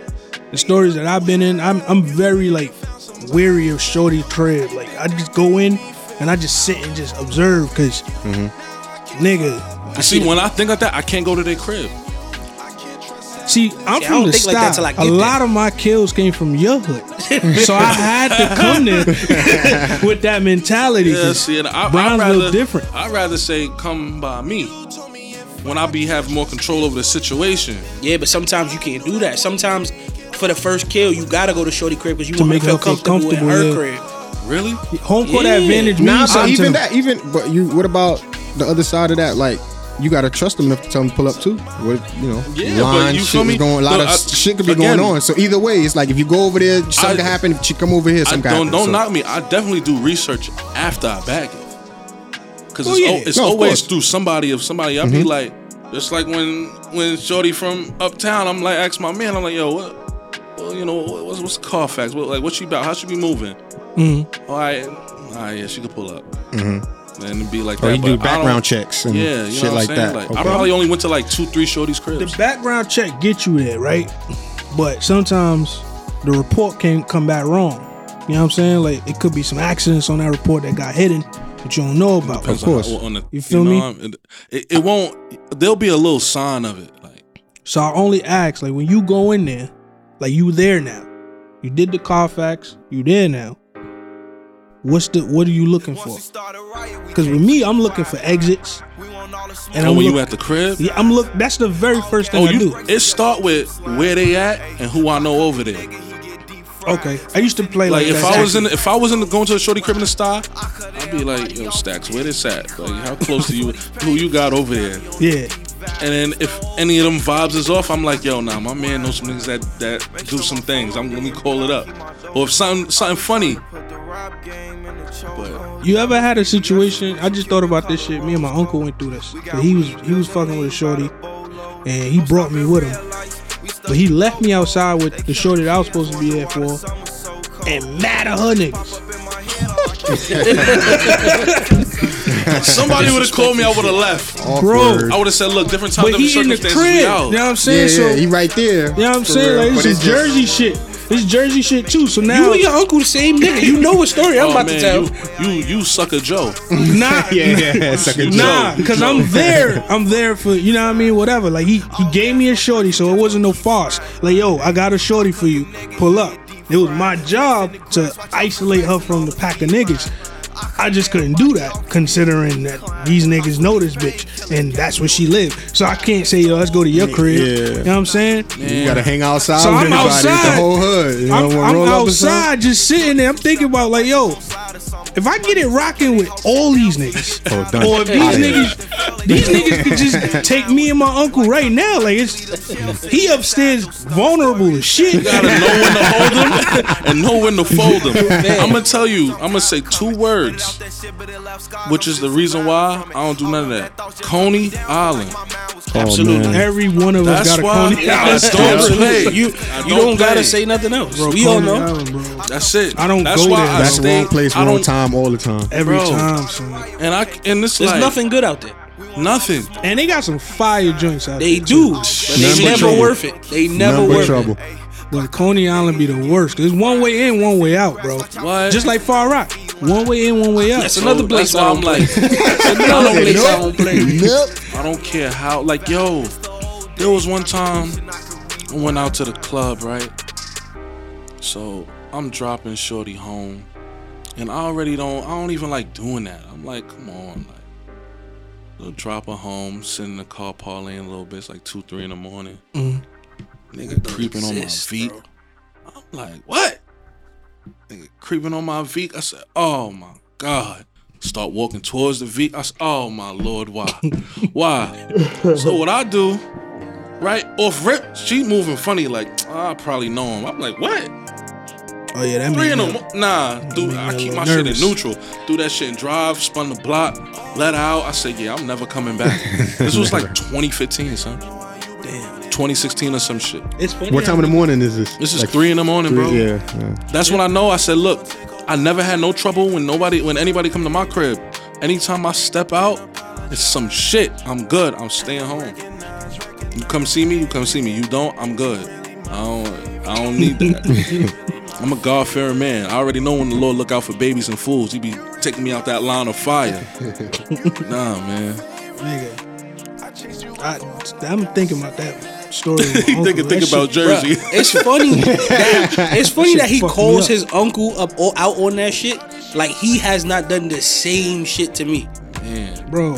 Speaker 5: the stories that I've been in, I'm I'm very like weary of shorty crib. Like I just go in and I just sit and just observe because
Speaker 6: Mm-hmm.
Speaker 5: nigga.
Speaker 4: You see, when I think of that, I can't go to their crib.
Speaker 1: See, I
Speaker 5: See, I'm from
Speaker 1: don't
Speaker 5: the
Speaker 1: think like that
Speaker 5: style.
Speaker 1: till I
Speaker 5: a
Speaker 1: get
Speaker 5: lot of my kills came from your hood, so I had to come there with that mentality.
Speaker 4: Yeah,
Speaker 5: 'cause
Speaker 4: see, and I,
Speaker 5: Brown's
Speaker 4: I'd
Speaker 5: a
Speaker 4: rather,
Speaker 5: little different.
Speaker 4: I'd rather say come by me when I be have more control over the situation.
Speaker 1: Yeah, but sometimes you can't do that. Sometimes for the first kill, you gotta go to Shorty crib because you want
Speaker 5: make
Speaker 1: to feel
Speaker 5: her feel
Speaker 1: comfortable, in
Speaker 5: comfortable,
Speaker 1: her
Speaker 5: yeah.
Speaker 1: crib.
Speaker 4: Really?
Speaker 5: Home court
Speaker 1: Yeah.
Speaker 5: advantage means
Speaker 6: Nah, but
Speaker 5: something.
Speaker 6: even
Speaker 5: to
Speaker 6: that, even but you. What about the other side of that? Like you gotta trust them enough to tell them to pull up too. What you know,
Speaker 4: Yeah, but you
Speaker 6: shit
Speaker 4: feel
Speaker 6: is
Speaker 4: me?
Speaker 6: going. A lot
Speaker 4: Look,
Speaker 6: of
Speaker 4: I-
Speaker 6: shit could be
Speaker 4: again-
Speaker 6: going on. So either way, it's like if you go over there, something
Speaker 4: I-
Speaker 6: could happen. If you come over here,
Speaker 4: I
Speaker 6: something
Speaker 4: don't
Speaker 6: could happen.
Speaker 4: don't
Speaker 6: So-
Speaker 4: knock me. I definitely do research after I bag it. Cause it's,
Speaker 5: Oh, yeah.
Speaker 4: al- it's
Speaker 6: No, of
Speaker 4: always
Speaker 6: course. Mm-hmm.
Speaker 4: through somebody of somebody. I'll be like, it's like when when Shorty from uptown, I'm like, ask my man, I'm like, yo, what, well, you know, what- what's what's Carfax? What like, what she about? How she be moving?
Speaker 5: Mm-hmm.
Speaker 4: All right, all right, yeah, she could pull up. And it'd be like
Speaker 6: Mm-hmm. Or
Speaker 4: that.
Speaker 6: you do
Speaker 4: but I don't-
Speaker 6: background checks and
Speaker 4: yeah, you
Speaker 6: shit
Speaker 4: know what
Speaker 6: like
Speaker 4: I'm saying?
Speaker 6: that.
Speaker 4: Like, I
Speaker 6: Okay.
Speaker 4: probably only went to like two, three Shorty's
Speaker 5: the
Speaker 4: cribs.
Speaker 5: background check get you there, right? But sometimes the report can come back wrong. You know what I'm saying? Like it could be some accidents on that report that got hidden that you don't know about.
Speaker 4: Depends
Speaker 6: Of course.
Speaker 4: On, how- on the,
Speaker 5: You feel me?
Speaker 4: know, I'm- It, it won't. There'll be a little sign of it. Like
Speaker 5: So I only ask, like when you go in there, like you there now. You did the Carfax, you there now. What's the what are you looking for? Cause with me, I'm looking for exits. And
Speaker 4: oh,
Speaker 5: I'm
Speaker 4: when you
Speaker 5: look-
Speaker 4: at the crib.
Speaker 5: Yeah, I'm look that's the very first thing
Speaker 4: Oh,
Speaker 5: I
Speaker 4: you.
Speaker 5: do.
Speaker 4: It start with where they at and who I know over there.
Speaker 5: Okay. I used to play like,
Speaker 4: Like if
Speaker 5: that.
Speaker 4: I was in, if I was in the, going to the shorty crib in the star, I'd be like, yo, Stacks, where this at? Like, how close to you? Who you got over there?
Speaker 5: Yeah.
Speaker 4: And then if any of them vibes is off, I'm like, yo, nah, my man knows some niggas that that do some things. I'm let me call it up. Or if something something funny. But
Speaker 5: You ever had a situation? I just thought about this shit. Me and my uncle went through this. But he was he was fucking with a shorty, and he brought me with him. But he left me outside with the shorty that I was supposed to be there for, and mad at her niggas.
Speaker 4: somebody would have called me, I would have left.
Speaker 6: Awkward.
Speaker 4: I would have said, look, different time,
Speaker 5: But
Speaker 4: different
Speaker 5: he in the
Speaker 4: circumstances.
Speaker 5: crib.
Speaker 4: we
Speaker 5: You know
Speaker 4: out.
Speaker 5: what I'm
Speaker 6: yeah,
Speaker 5: saying?
Speaker 6: yeah,
Speaker 5: so,
Speaker 6: he right there.
Speaker 5: you know what I'm
Speaker 6: For
Speaker 5: saying?
Speaker 6: real.
Speaker 5: like
Speaker 6: But
Speaker 5: this is
Speaker 6: it's just-
Speaker 5: Jersey shit. This is Jersey shit too. So now
Speaker 1: You and your uncle the same nigga. You know what story I'm
Speaker 4: Oh,
Speaker 1: about
Speaker 4: man,
Speaker 1: to tell.
Speaker 4: You, you you sucker Joe.
Speaker 5: nah,
Speaker 6: Yeah, yeah, suck a
Speaker 5: Nah,
Speaker 6: joke.
Speaker 5: because I'm there. I'm there for, you know what I mean? Whatever. Like, he, he gave me a shorty, so it wasn't no farce. Like, yo, I got a shorty for you. Pull up. It was my job to isolate her from the pack of niggas. I just couldn't do that, considering that these niggas know this bitch, and that's where she lived. So I can't say, yo, let's go to your crib.
Speaker 6: Yeah.
Speaker 5: You know what I'm saying?
Speaker 6: You gotta hang outside
Speaker 5: So
Speaker 6: with
Speaker 5: I'm
Speaker 6: anybody. It's the
Speaker 5: outside.
Speaker 6: whole hood. You
Speaker 5: I'm,
Speaker 6: know,
Speaker 5: I'm
Speaker 6: roll up or something.
Speaker 5: outside just sitting there. I'm thinking about like, yo, if I get it rocking with all these niggas,
Speaker 6: Oh, done.
Speaker 5: or if these
Speaker 6: Outta here.
Speaker 5: niggas, these niggas could just take me and my uncle right now. Like it's he upstairs vulnerable as shit.
Speaker 4: gotta know when to hold them and know when to fold them. I'm gonna tell you, I'm gonna say two words, which is the reason why I don't do none of that. Coney Island.
Speaker 6: Oh,
Speaker 1: Absolutely.
Speaker 5: Every one of us
Speaker 4: That's
Speaker 5: got a
Speaker 4: why
Speaker 5: Coney
Speaker 4: I
Speaker 5: Island.
Speaker 4: don't play.
Speaker 1: You you
Speaker 4: I
Speaker 1: don't, gotta
Speaker 4: play.
Speaker 1: say nothing else.
Speaker 5: Bro,
Speaker 1: we all
Speaker 5: Coney
Speaker 1: know.
Speaker 5: Island, bro.
Speaker 4: That's it.
Speaker 5: I don't
Speaker 4: That's
Speaker 5: go
Speaker 4: why
Speaker 5: there.
Speaker 4: I
Speaker 6: That's
Speaker 4: stay-
Speaker 6: wrong place,
Speaker 4: I
Speaker 6: wrong
Speaker 4: don't-
Speaker 6: time, all the time.
Speaker 5: Every
Speaker 4: Bro.
Speaker 5: time, son.
Speaker 4: And I and this
Speaker 1: There's
Speaker 4: like
Speaker 1: nothing good out there.
Speaker 4: nothing.
Speaker 5: And they got some fire joints out
Speaker 1: They
Speaker 5: there.
Speaker 1: do. But
Speaker 6: Nothing
Speaker 1: they
Speaker 6: but
Speaker 1: never
Speaker 6: trouble.
Speaker 1: worth it. They never
Speaker 6: None but
Speaker 1: worth
Speaker 6: trouble.
Speaker 1: it.
Speaker 5: But Coney Island be the worst. 'cause It's one way in, one way out, bro.
Speaker 4: What?
Speaker 5: Just like Far Rock. One way in, one way out.
Speaker 1: That's another
Speaker 4: So
Speaker 1: place
Speaker 4: that's why
Speaker 1: I don't
Speaker 4: I'm
Speaker 1: play.
Speaker 4: like,
Speaker 1: Another place I don't play.
Speaker 6: Yep.
Speaker 4: I don't care how. Like yo, there was one time I went out to the club, right? So I'm dropping Shorty home, and I already don't. I don't even like doing that. I'm like, come on, like. I'll drop her home, sit in the car, parlaying a little bit. It's like two, three in the morning. Nigga creeping on my
Speaker 1: Mm-hmm. exist,
Speaker 4: feet.
Speaker 1: bro.
Speaker 4: I'm like, what? Nigga creeping on my feet. I said, oh my god. Start walking towards the feet. I said, oh my lord, why, why? so what I do, right off rip, she moving funny. Like "Ah, I probably know him. I'm like, what?
Speaker 5: Oh yeah, that
Speaker 4: Three in
Speaker 5: mean
Speaker 4: the mo- nah, dude. I keep my shit in neutral. Do that shit and drive. Spun the block. Let out. I said, yeah, I'm never coming back. this was like 2015, son. Damn. 2016 or some shit.
Speaker 5: It's funny.
Speaker 6: What time in the morning is this?
Speaker 4: This is three in the morning, bro.
Speaker 6: Yeah, yeah.
Speaker 4: That's when I know. I said, look, I never had no trouble when nobody, when anybody come to my crib. Anytime I step out, it's some shit. I'm good. I'm staying home. You come see me, you come see me. You don't, I'm good. I don't, I don't need that. I'm a God fearing man. I already know when the Lord look out for babies and fools. He be taking me out that line of fire. nah, man.
Speaker 5: Nigga. I, I'm thinking about that story. with my
Speaker 4: He
Speaker 5: uncle.
Speaker 4: thinking
Speaker 5: That
Speaker 4: think
Speaker 5: shit-
Speaker 4: about
Speaker 1: Bruh,
Speaker 4: Jersey.
Speaker 1: it's funny. That, it's funny
Speaker 5: shit
Speaker 1: that he
Speaker 5: fucked me
Speaker 1: calls
Speaker 5: up.
Speaker 1: his uncle up all out on that shit. Like he has not done the same shit to me.
Speaker 4: Man.
Speaker 5: bro.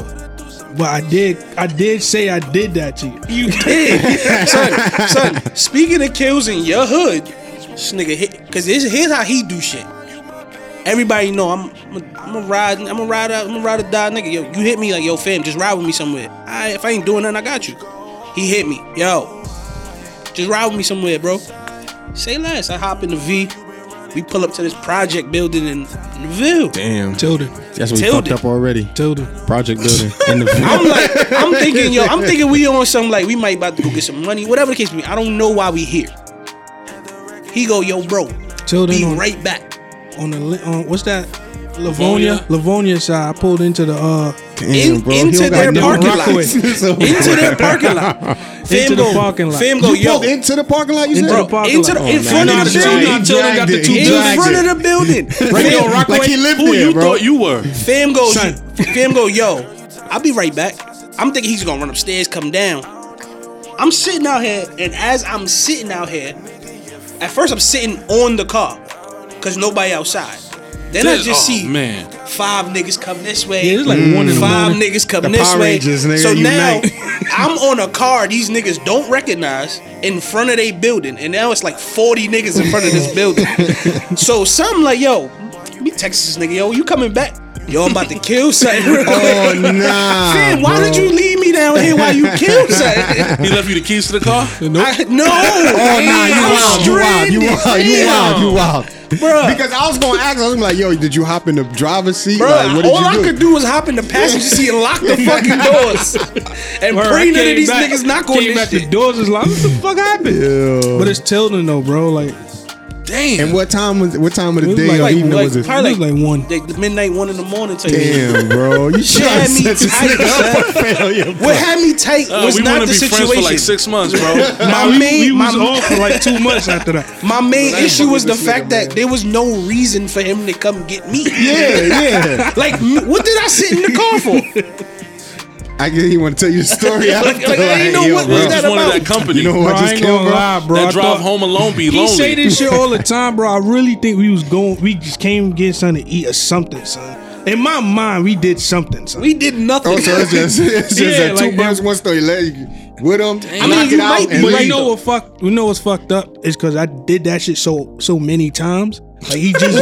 Speaker 5: But I did, I did say I did that to you.
Speaker 1: You did, son. Son, speaking of kills in your hood, this nigga hit because here's how he do shit. Everybody know I'm I'm a ride I'm a ride out I'm a ride or die nigga. Yo, you hit me like yo fam, just ride with me somewhere. I if I ain't doing nothing, I got you. He hit me, yo. Just ride with me somewhere, bro. Say less. I hop in the V. We pull up to this project building in, in the Ville.
Speaker 6: Damn.
Speaker 5: Tilden.
Speaker 6: That's what we
Speaker 1: Tilted.
Speaker 6: fucked up already.
Speaker 5: Tilden.
Speaker 6: Project building. In
Speaker 1: I'm
Speaker 6: the
Speaker 1: like, I'm thinking, yo, I'm thinking we on some like we might about to go get some money, whatever the case may be. I don't know why we here. He go, yo, bro,
Speaker 5: Tilden
Speaker 1: be
Speaker 5: on,
Speaker 1: right back.
Speaker 5: on the li- on what's that? Livonia. Livonia side. I pulled into the uh
Speaker 6: Damn,
Speaker 1: in-
Speaker 6: bro. He
Speaker 1: into
Speaker 6: don't got
Speaker 1: their
Speaker 6: no
Speaker 1: parking lot.
Speaker 6: Rockaway. So-
Speaker 1: Into their parking lot. Fam
Speaker 5: Into the
Speaker 1: go,
Speaker 5: parking lot.
Speaker 1: Fam go,
Speaker 6: You
Speaker 1: yo,
Speaker 6: pulled into the parking lot. You
Speaker 5: Into
Speaker 6: said,
Speaker 5: the parking
Speaker 1: into the,
Speaker 5: lot.
Speaker 1: in
Speaker 6: Oh,
Speaker 1: front
Speaker 6: man.
Speaker 1: of the
Speaker 6: He
Speaker 1: building.
Speaker 6: dragged
Speaker 4: Tilden got the
Speaker 6: it.
Speaker 4: two
Speaker 6: He
Speaker 1: In
Speaker 6: dragged
Speaker 1: front
Speaker 6: it.
Speaker 1: of the building.
Speaker 6: Radio
Speaker 1: Fam-
Speaker 6: Rockaway. Like he lived
Speaker 4: Who
Speaker 6: there,
Speaker 4: you
Speaker 6: bro.
Speaker 4: thought you were?
Speaker 1: Fam goes,
Speaker 5: Son.
Speaker 1: fam go, yo, I'll be right back. I'm thinking he's gonna run upstairs, come down. I'm sitting out here, and as I'm sitting out here, at first I'm sitting on the car, cause nobody outside. Then I
Speaker 4: This-
Speaker 1: just
Speaker 4: oh,
Speaker 1: see
Speaker 4: man.
Speaker 1: five niggas come this way.
Speaker 5: Yeah, it's like Mm. one in the
Speaker 1: five
Speaker 5: morning.
Speaker 1: niggas come
Speaker 6: The
Speaker 1: this
Speaker 6: Power
Speaker 1: way.
Speaker 6: Rangers, nigga,
Speaker 1: so now
Speaker 6: unite.
Speaker 1: I'm on a car these niggas don't recognize in front of their building, and now it's like 40 niggas in front of this building. so something like, yo, me text this nigga, yo, you coming back? Yo, I'm about to kill something.
Speaker 6: Oh, nah,
Speaker 1: Fam, why did
Speaker 6: bro.
Speaker 1: you leave me down here while you killed something?
Speaker 4: He left you the keys to the car?
Speaker 1: I- no.
Speaker 6: Oh nah, you wild, you wild, you wild, you wild, you wild.
Speaker 1: Bruh.
Speaker 6: Because I was gonna ask, I was gonna be like, yo, did you hop in the driver's seat?
Speaker 1: Bro,
Speaker 6: like, what did
Speaker 1: all
Speaker 6: you
Speaker 1: I
Speaker 6: do?
Speaker 1: could do was hop in the passenger seat and lock the fucking doors and
Speaker 5: Word,
Speaker 1: pray
Speaker 5: I
Speaker 1: none of
Speaker 5: came
Speaker 1: these
Speaker 5: back-
Speaker 1: niggas knock on
Speaker 5: came
Speaker 1: this
Speaker 5: back
Speaker 1: shit.
Speaker 5: The doors is locked. What the fuck happened?
Speaker 6: Ew.
Speaker 5: But it's Tilden though, bro. Like
Speaker 4: Damn.
Speaker 6: and what time was what time of the
Speaker 5: It was
Speaker 6: day
Speaker 5: like-
Speaker 6: or
Speaker 5: like-
Speaker 6: evening
Speaker 1: like-
Speaker 6: was it?
Speaker 5: it was like one.
Speaker 1: They- the midnight, one in the morning. Type shit.
Speaker 6: Damn, bro. You should
Speaker 1: had
Speaker 6: have
Speaker 1: me
Speaker 6: set this
Speaker 1: tight,
Speaker 6: nigga up for failure.
Speaker 1: What had me tight
Speaker 4: Uh,
Speaker 1: was
Speaker 4: we
Speaker 1: not
Speaker 4: want to
Speaker 1: the
Speaker 4: be
Speaker 1: situation.
Speaker 4: friends for like six months, bro.
Speaker 1: my
Speaker 5: we,
Speaker 1: main,
Speaker 5: we
Speaker 1: my,
Speaker 5: was off for like two months after that.
Speaker 1: my main
Speaker 6: Damn.
Speaker 1: issue was the
Speaker 6: This nigga,
Speaker 1: fact that
Speaker 6: man.
Speaker 1: there was no reason for him to come get me.
Speaker 6: Yeah, yeah.
Speaker 1: Like, m- what did I sit in the car for?
Speaker 6: I guess he want to tell you the story.
Speaker 1: Like-
Speaker 6: after,
Speaker 1: like, I ain't know
Speaker 6: yo,
Speaker 1: what
Speaker 6: bro.
Speaker 1: was
Speaker 4: You just
Speaker 1: that
Speaker 4: wanted
Speaker 1: about?
Speaker 4: that company.
Speaker 6: You know what
Speaker 5: Bro,
Speaker 6: I just killed, bro?
Speaker 5: lie, bro. I
Speaker 4: that drive
Speaker 5: thought-
Speaker 4: home alone
Speaker 5: He
Speaker 4: be lonely.
Speaker 5: say this shit all the time, bro. I really think we was going. We just came get something to eat or something, son. In my mind, we did something, son.
Speaker 1: We did nothing.
Speaker 6: Oh, so it's just, it's just
Speaker 5: Yeah,
Speaker 6: that
Speaker 5: like,
Speaker 6: two birds,
Speaker 5: it-
Speaker 6: one stone. You let you with them,
Speaker 1: I mean,
Speaker 6: knock
Speaker 1: you
Speaker 6: it out,
Speaker 1: might
Speaker 6: and
Speaker 1: be-
Speaker 5: But
Speaker 6: leave.
Speaker 5: you know what fuck? You know what's fucked up is because I did that shit so so many times. Like he just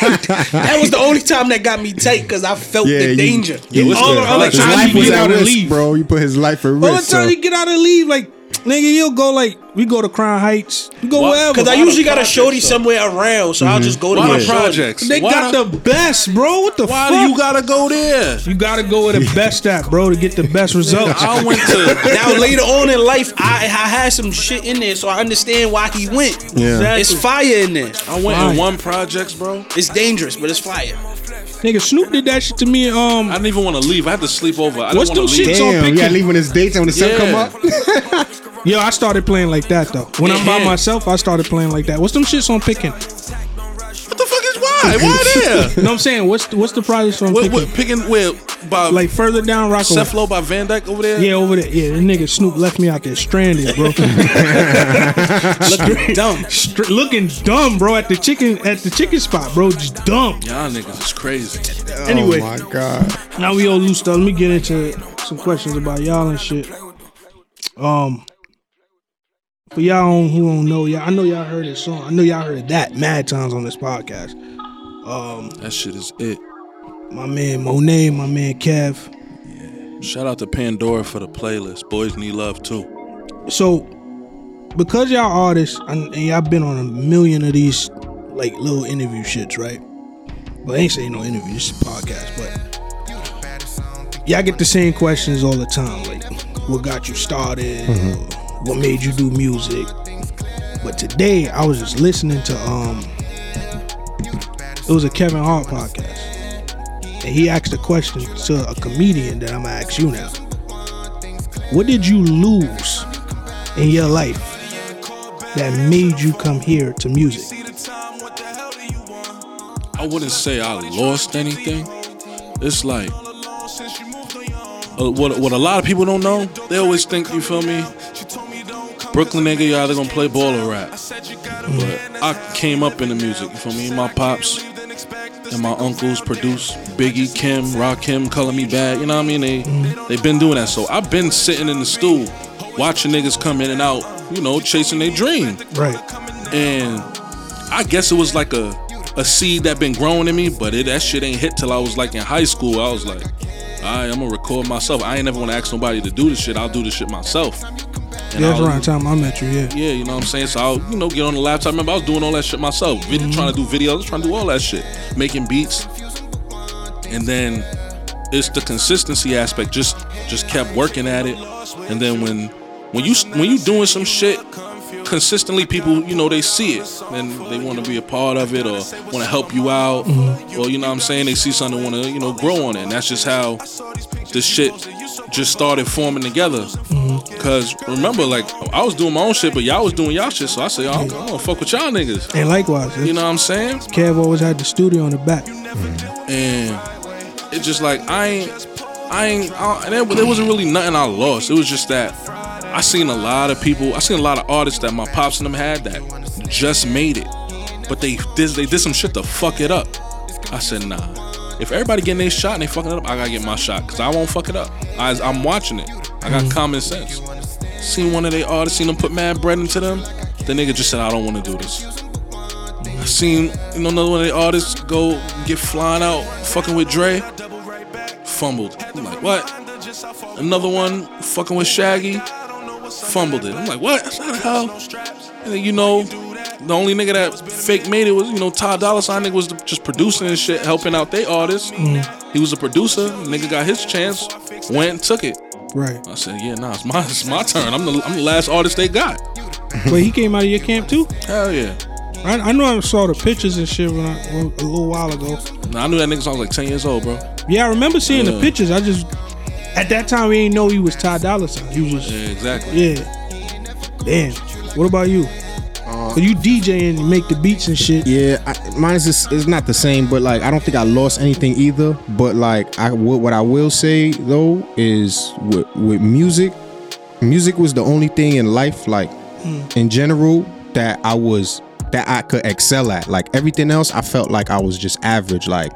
Speaker 1: that was the only time that got me tight because I felt
Speaker 6: Yeah,
Speaker 1: the
Speaker 6: you-
Speaker 1: danger.
Speaker 6: you was
Speaker 5: all the
Speaker 6: there.
Speaker 5: other
Speaker 6: His
Speaker 4: time
Speaker 5: times
Speaker 6: life
Speaker 5: you
Speaker 6: was
Speaker 5: get
Speaker 6: at
Speaker 5: out and
Speaker 6: risk,
Speaker 5: leave.
Speaker 6: bro. You put his life at risk.
Speaker 5: All the time
Speaker 6: so-
Speaker 5: you get out and leave, like nigga, you'll go like we go to Crown Heights, we go
Speaker 4: Why-
Speaker 5: wherever.
Speaker 1: Because I
Speaker 4: Why
Speaker 1: usually
Speaker 4: the
Speaker 1: got a
Speaker 4: projects,
Speaker 1: shorty
Speaker 4: though?
Speaker 1: somewhere around, so I'll just go to
Speaker 4: Why
Speaker 1: my
Speaker 4: the
Speaker 1: shorty.
Speaker 4: projects?
Speaker 5: They
Speaker 4: Why
Speaker 5: got
Speaker 4: the-
Speaker 5: the best, bro. What the fuck?
Speaker 4: Why do you gotta go there?
Speaker 5: You gotta go with the best at, bro, to get the best results.
Speaker 4: I went to.
Speaker 1: Now later on in life, I, I had some shit in there, so I understand why he went.
Speaker 6: Yeah.
Speaker 1: It's fire in there.
Speaker 4: I went in one projects, bro.
Speaker 1: It's dangerous, but it's fire.
Speaker 5: Nigga, Snoop did that shit to me. Um,
Speaker 4: I didn't even want to leave. I had to sleep over. I
Speaker 5: What's
Speaker 4: didn't want
Speaker 5: them
Speaker 4: to leave.
Speaker 5: shits? on
Speaker 6: Damn, you
Speaker 5: picking-
Speaker 6: gotta leave when it's daytime when the sun
Speaker 4: Yeah.
Speaker 6: come up.
Speaker 5: yo, I started playing like that though. When I'm by
Speaker 4: Yeah.
Speaker 5: myself, I started playing like that. What's them shits on picking?
Speaker 4: What the fuck is why? Why there?
Speaker 5: You know what I'm saying? What's the, what's the project on
Speaker 4: what,
Speaker 5: picking?
Speaker 4: what, picking where? By
Speaker 5: Like further down Rockaway.
Speaker 4: Cephalo by Van Dyke over there?
Speaker 5: Yeah, over there. Yeah, that nigga Snoop left me out there stranded, bro.
Speaker 1: Look dumb.
Speaker 5: Str- looking dumb, bro, at the chicken at the chicken spot, bro. Just dumb.
Speaker 4: Y'all niggas is crazy.
Speaker 5: Anyway,
Speaker 6: Oh my god.
Speaker 5: now we all loose stuff. Let me get into some questions about y'all and shit. Um, for y'all on- who don't know, y'all, I know y'all heard this song. I know y'all heard that mad times on this podcast.
Speaker 4: That shit is it.
Speaker 5: My man Monet, my man Kev.
Speaker 4: Shout out to Pandora for the playlist. Boys need love too.
Speaker 5: So, because y'all artists and, and y'all been on a million of these like little interview shits, right? Well, I ain't saying no interview, this is a podcast, but y'all get the same questions all the time, like what got you started, what made you do music. But today I was just listening to um, it was a Kevin Hart podcast, and he asked a question to a comedian that I'm gonna ask you now. What did you lose in your life that made you come here to music?
Speaker 4: I wouldn't say I lost anything. It's like uh, what what a lot of people don't know. They always think you feel me. Brooklyn nigga, y'all they gonna play ball or rap. But I came up in the music. You feel me? My pops and my uncles produced Biggie, Kim, Rakim, Color Me Bad. You know what I mean? They they been doing that. So I've been sitting in the stool, watching niggas come in and out. You know, chasing their dream
Speaker 5: Right.
Speaker 4: and I guess it was like a a seed that been growing in me, but it, that shit ain't hit till I was like in high school. I was like, all right, I'm gonna record myself. I ain't never wanna ask nobody to do this shit. I'll do this shit myself. And
Speaker 5: Yeah,
Speaker 4: I
Speaker 5: that's
Speaker 4: was-
Speaker 5: around the time I met you. Yeah.
Speaker 4: yeah, you know what I'm saying? So I'll, you know, get on the laptop. Remember, I was doing all that shit myself. Vid- Trying to do videos, trying to do all that shit. Making beats. And then it's the consistency aspect. Just just kept working at it. And then when when you when you doing some shit consistently, people, you know, they see it. And they want to be a part of it or want to help you out. Or you know what I'm saying? They see something want to, you know, grow on it. And that's just how this shit just started forming together. Cause remember, like I was doing my own shit, but y'all was doing y'all shit. So I said, I don't, I don't fuck with y'all niggas.
Speaker 5: And likewise,
Speaker 4: You know what I'm saying?
Speaker 5: Kev always had the studio on the back.
Speaker 4: And it's just like I ain't, I ain't. I, and there, there wasn't really nothing I lost. It was just that I seen a lot of people. I seen a lot of artists that my pops and them had that just made it, but they did they did some shit to fuck it up. I said, nah. If everybody getting their shot and they fucking it up, I gotta get my shot because I won't fuck it up. I, I'm watching it. I got common sense. Seen one of their artists, seen them put mad bread into them. The nigga just said, I don't want to do this. I seen you know another one of the artists go get flying out, fucking with Dre, fumbled. I'm like, what? Another one fucking with Shaggy, fumbled it. I'm like, what? How the hell? And then you know, the only nigga that fake made it was you know Ty Dolla Sign. Nigga was just producing and shit, helping out they artists. He was a producer. Nigga got his chance, went and took it.
Speaker 5: Right.
Speaker 4: I said, yeah, nah, it's my it's my turn. I'm the I'm the last artist they got.
Speaker 5: but he came out of your camp too.
Speaker 4: Hell yeah.
Speaker 5: I, I know I saw the pictures and shit when I, when- a little while ago.
Speaker 4: Nah, I knew that nigga since I was like 10 years old, bro.
Speaker 5: Yeah, I remember seeing the
Speaker 4: Yeah.
Speaker 5: pictures. I just at that time we didn't know he was Ty Dolla Sign. He was
Speaker 4: Yeah, exactly.
Speaker 5: yeah. Damn. What about you? So you DJ and you make the beats and shit.
Speaker 6: Yeah, I, mine is just, it's not the same, but like I don't think I lost anything either. But like I what, what I will say though is with with music, music was the only thing in life, like in general, that I was that I could excel at. Like everything else, I felt like I was just average, like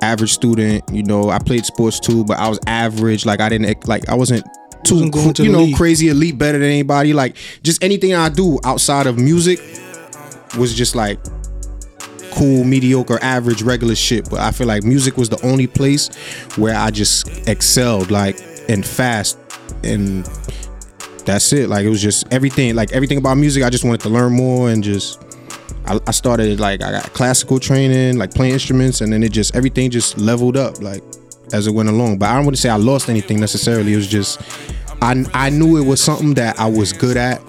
Speaker 6: average student. You know, I played sports too, but I was average. Like I didn't like I wasn't too
Speaker 5: Wasn't going to
Speaker 6: you
Speaker 5: the
Speaker 6: know
Speaker 5: league.
Speaker 6: crazy elite better than anybody. Like just anything I do outside of music was just like cool, mediocre, average, regular shit. But I feel like music was the only place where I just excelled, like and fast, and that's it. Like it was just everything, like everything about music. I just wanted to learn more and just. I, I started like I got classical training, like playing instruments, and then it just everything just leveled up like as it went along. But I don't want to say I lost anything necessarily. It was just I I knew it was something that I was good at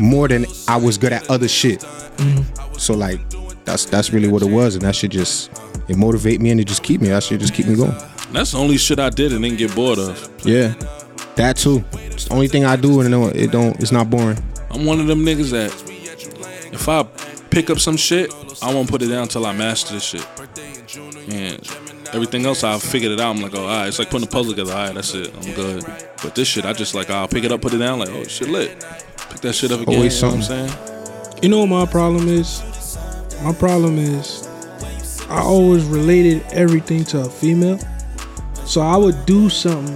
Speaker 6: more than I was good at other shit.
Speaker 1: Mm-hmm.
Speaker 6: So like that's that's really what it was, and that should just it motivate me and it just keep me. That should just keep me going.
Speaker 4: That's the only shit I did and didn't get bored of.
Speaker 6: Yeah, that too. It's the only thing I do, and it don't, it don't it's not boring.
Speaker 4: I'm one of them niggas that if I pick up some shit, I won't put it down till I master this shit. And everything else, I figured it out. I'm like, oh, all right, it's like putting a puzzle together. All right, that's it. I'm good. But this shit, I just like, I'll pick it up, put it down, like, oh, shit lit. Pick that shit up again.
Speaker 6: Always
Speaker 4: you know what I'm saying?
Speaker 5: You know what my problem is? My problem is I always related everything to a female. So I would do something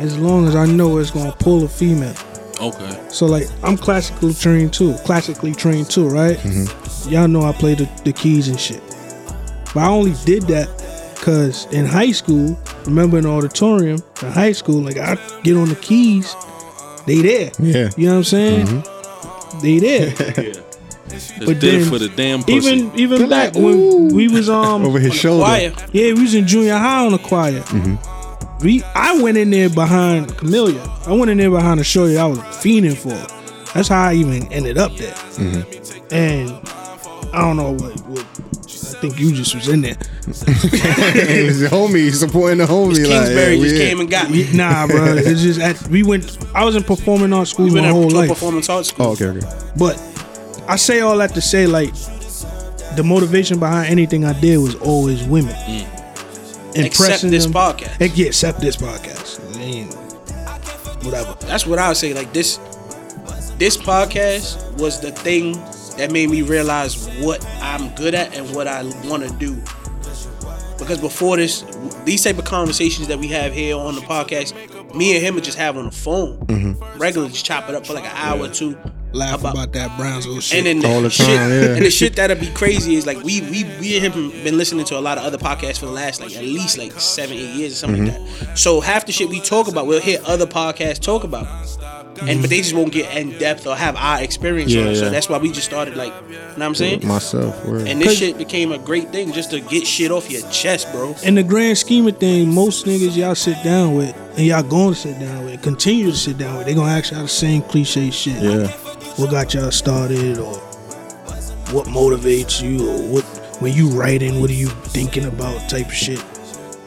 Speaker 5: as long as I know it's gonna pull a female.
Speaker 4: Okay.
Speaker 5: So like I'm classically trained too, classically trained too, right? Y'all know I play the, the keys and shit. But I only did that because in high school, remember in the auditorium, in high school, like I get on the keys, they there.
Speaker 6: Yeah.
Speaker 5: You know what I'm saying? They there.
Speaker 4: It's
Speaker 5: But
Speaker 4: but
Speaker 5: then,
Speaker 4: for the damn pussy.
Speaker 5: even even back when we was um
Speaker 6: his shoulder.
Speaker 1: Why?
Speaker 5: yeah, we was in junior high on the choir. We I went in there behind Camellia. I went in there behind a show that I was fiending for. That's how I even ended up there. And I don't know what, what I think you just was in there.
Speaker 6: it was the homie supporting the homie. like,
Speaker 1: Kingsbury
Speaker 6: yeah,
Speaker 1: just
Speaker 6: yeah.
Speaker 1: came and got me.
Speaker 5: Nah, bro. It's just at, we went. I was in performing arts school
Speaker 1: We
Speaker 5: my
Speaker 1: went
Speaker 5: whole
Speaker 1: to a
Speaker 5: life.
Speaker 1: performance art school.
Speaker 6: Oh, okay, okay.
Speaker 5: But I say all that to say, like, the motivation behind anything I did was always women.
Speaker 1: Except Mm. this
Speaker 5: them.
Speaker 1: podcast.
Speaker 5: Heck yeah, except this podcast. I mean, whatever.
Speaker 1: That's what I would say. Like this, this podcast was the thing that made me realize what I'm good at and what I want to do. Because before this, these type of conversations that we have here on the podcast, me and him would just have on the phone, regularly, just chop it up for like an hour or two,
Speaker 5: Mm-hmm. laugh about, that Brownsville shit.
Speaker 1: And then the,
Speaker 6: All the
Speaker 1: shit,
Speaker 6: time, yeah.
Speaker 1: and the shit that'll be crazy is like we we we and him been listening to a lot of other podcasts for the last like at least like seven eight years or something like
Speaker 6: Mm-hmm.
Speaker 1: that. So half the shit we talk about, we'll hear other podcasts talk about, and but they just won't get in depth or have our experience on
Speaker 6: Yeah,
Speaker 1: it. So
Speaker 6: yeah.
Speaker 1: that's why we just started like, you know what I'm saying?
Speaker 6: myself. Word.
Speaker 1: And this shit became a great thing just to get shit off your chest, bro.
Speaker 5: in the grand scheme of things, most niggas y'all sit down with and y'all going to sit down with, continue to sit down with, they gonna ask y'all the same cliche shit.
Speaker 6: Yeah.
Speaker 5: What got y'all started, or what motivates you, or what when you writing, what are you thinking about, type of shit.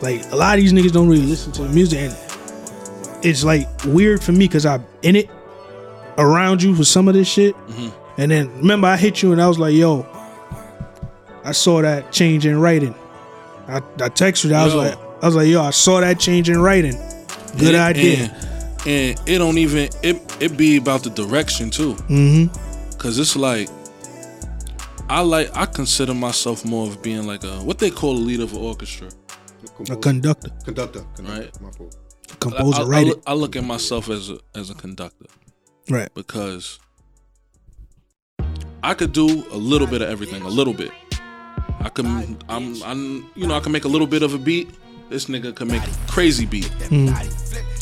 Speaker 5: Like a lot of these niggas don't really listen to the music, and it's like weird for me because I'm in it around you for some of this shit,
Speaker 4: Mm-hmm.
Speaker 5: and then remember I hit you and I was like, yo, I saw that change in writing. I, I texted you. I was
Speaker 4: Yo.
Speaker 5: like, I was like, yo, I saw that change in writing. Good
Speaker 4: And-
Speaker 5: idea.
Speaker 4: And, and it don't even it it be about the direction too. Mm-hmm. Cause it's like I like I consider myself more of being like a what they call a leader of an orchestra,
Speaker 5: a conductor,
Speaker 7: Conductor.
Speaker 4: right?
Speaker 7: My fault.
Speaker 5: a
Speaker 4: I, I,
Speaker 5: composer,
Speaker 4: I
Speaker 5: writer.
Speaker 4: look, I look at myself as a, as a conductor
Speaker 5: Right.
Speaker 4: because I could do a little bit of everything, a little bit. I could I'm I'm you know I can make a little bit of a beat. This nigga could make a crazy beat.
Speaker 5: Mm.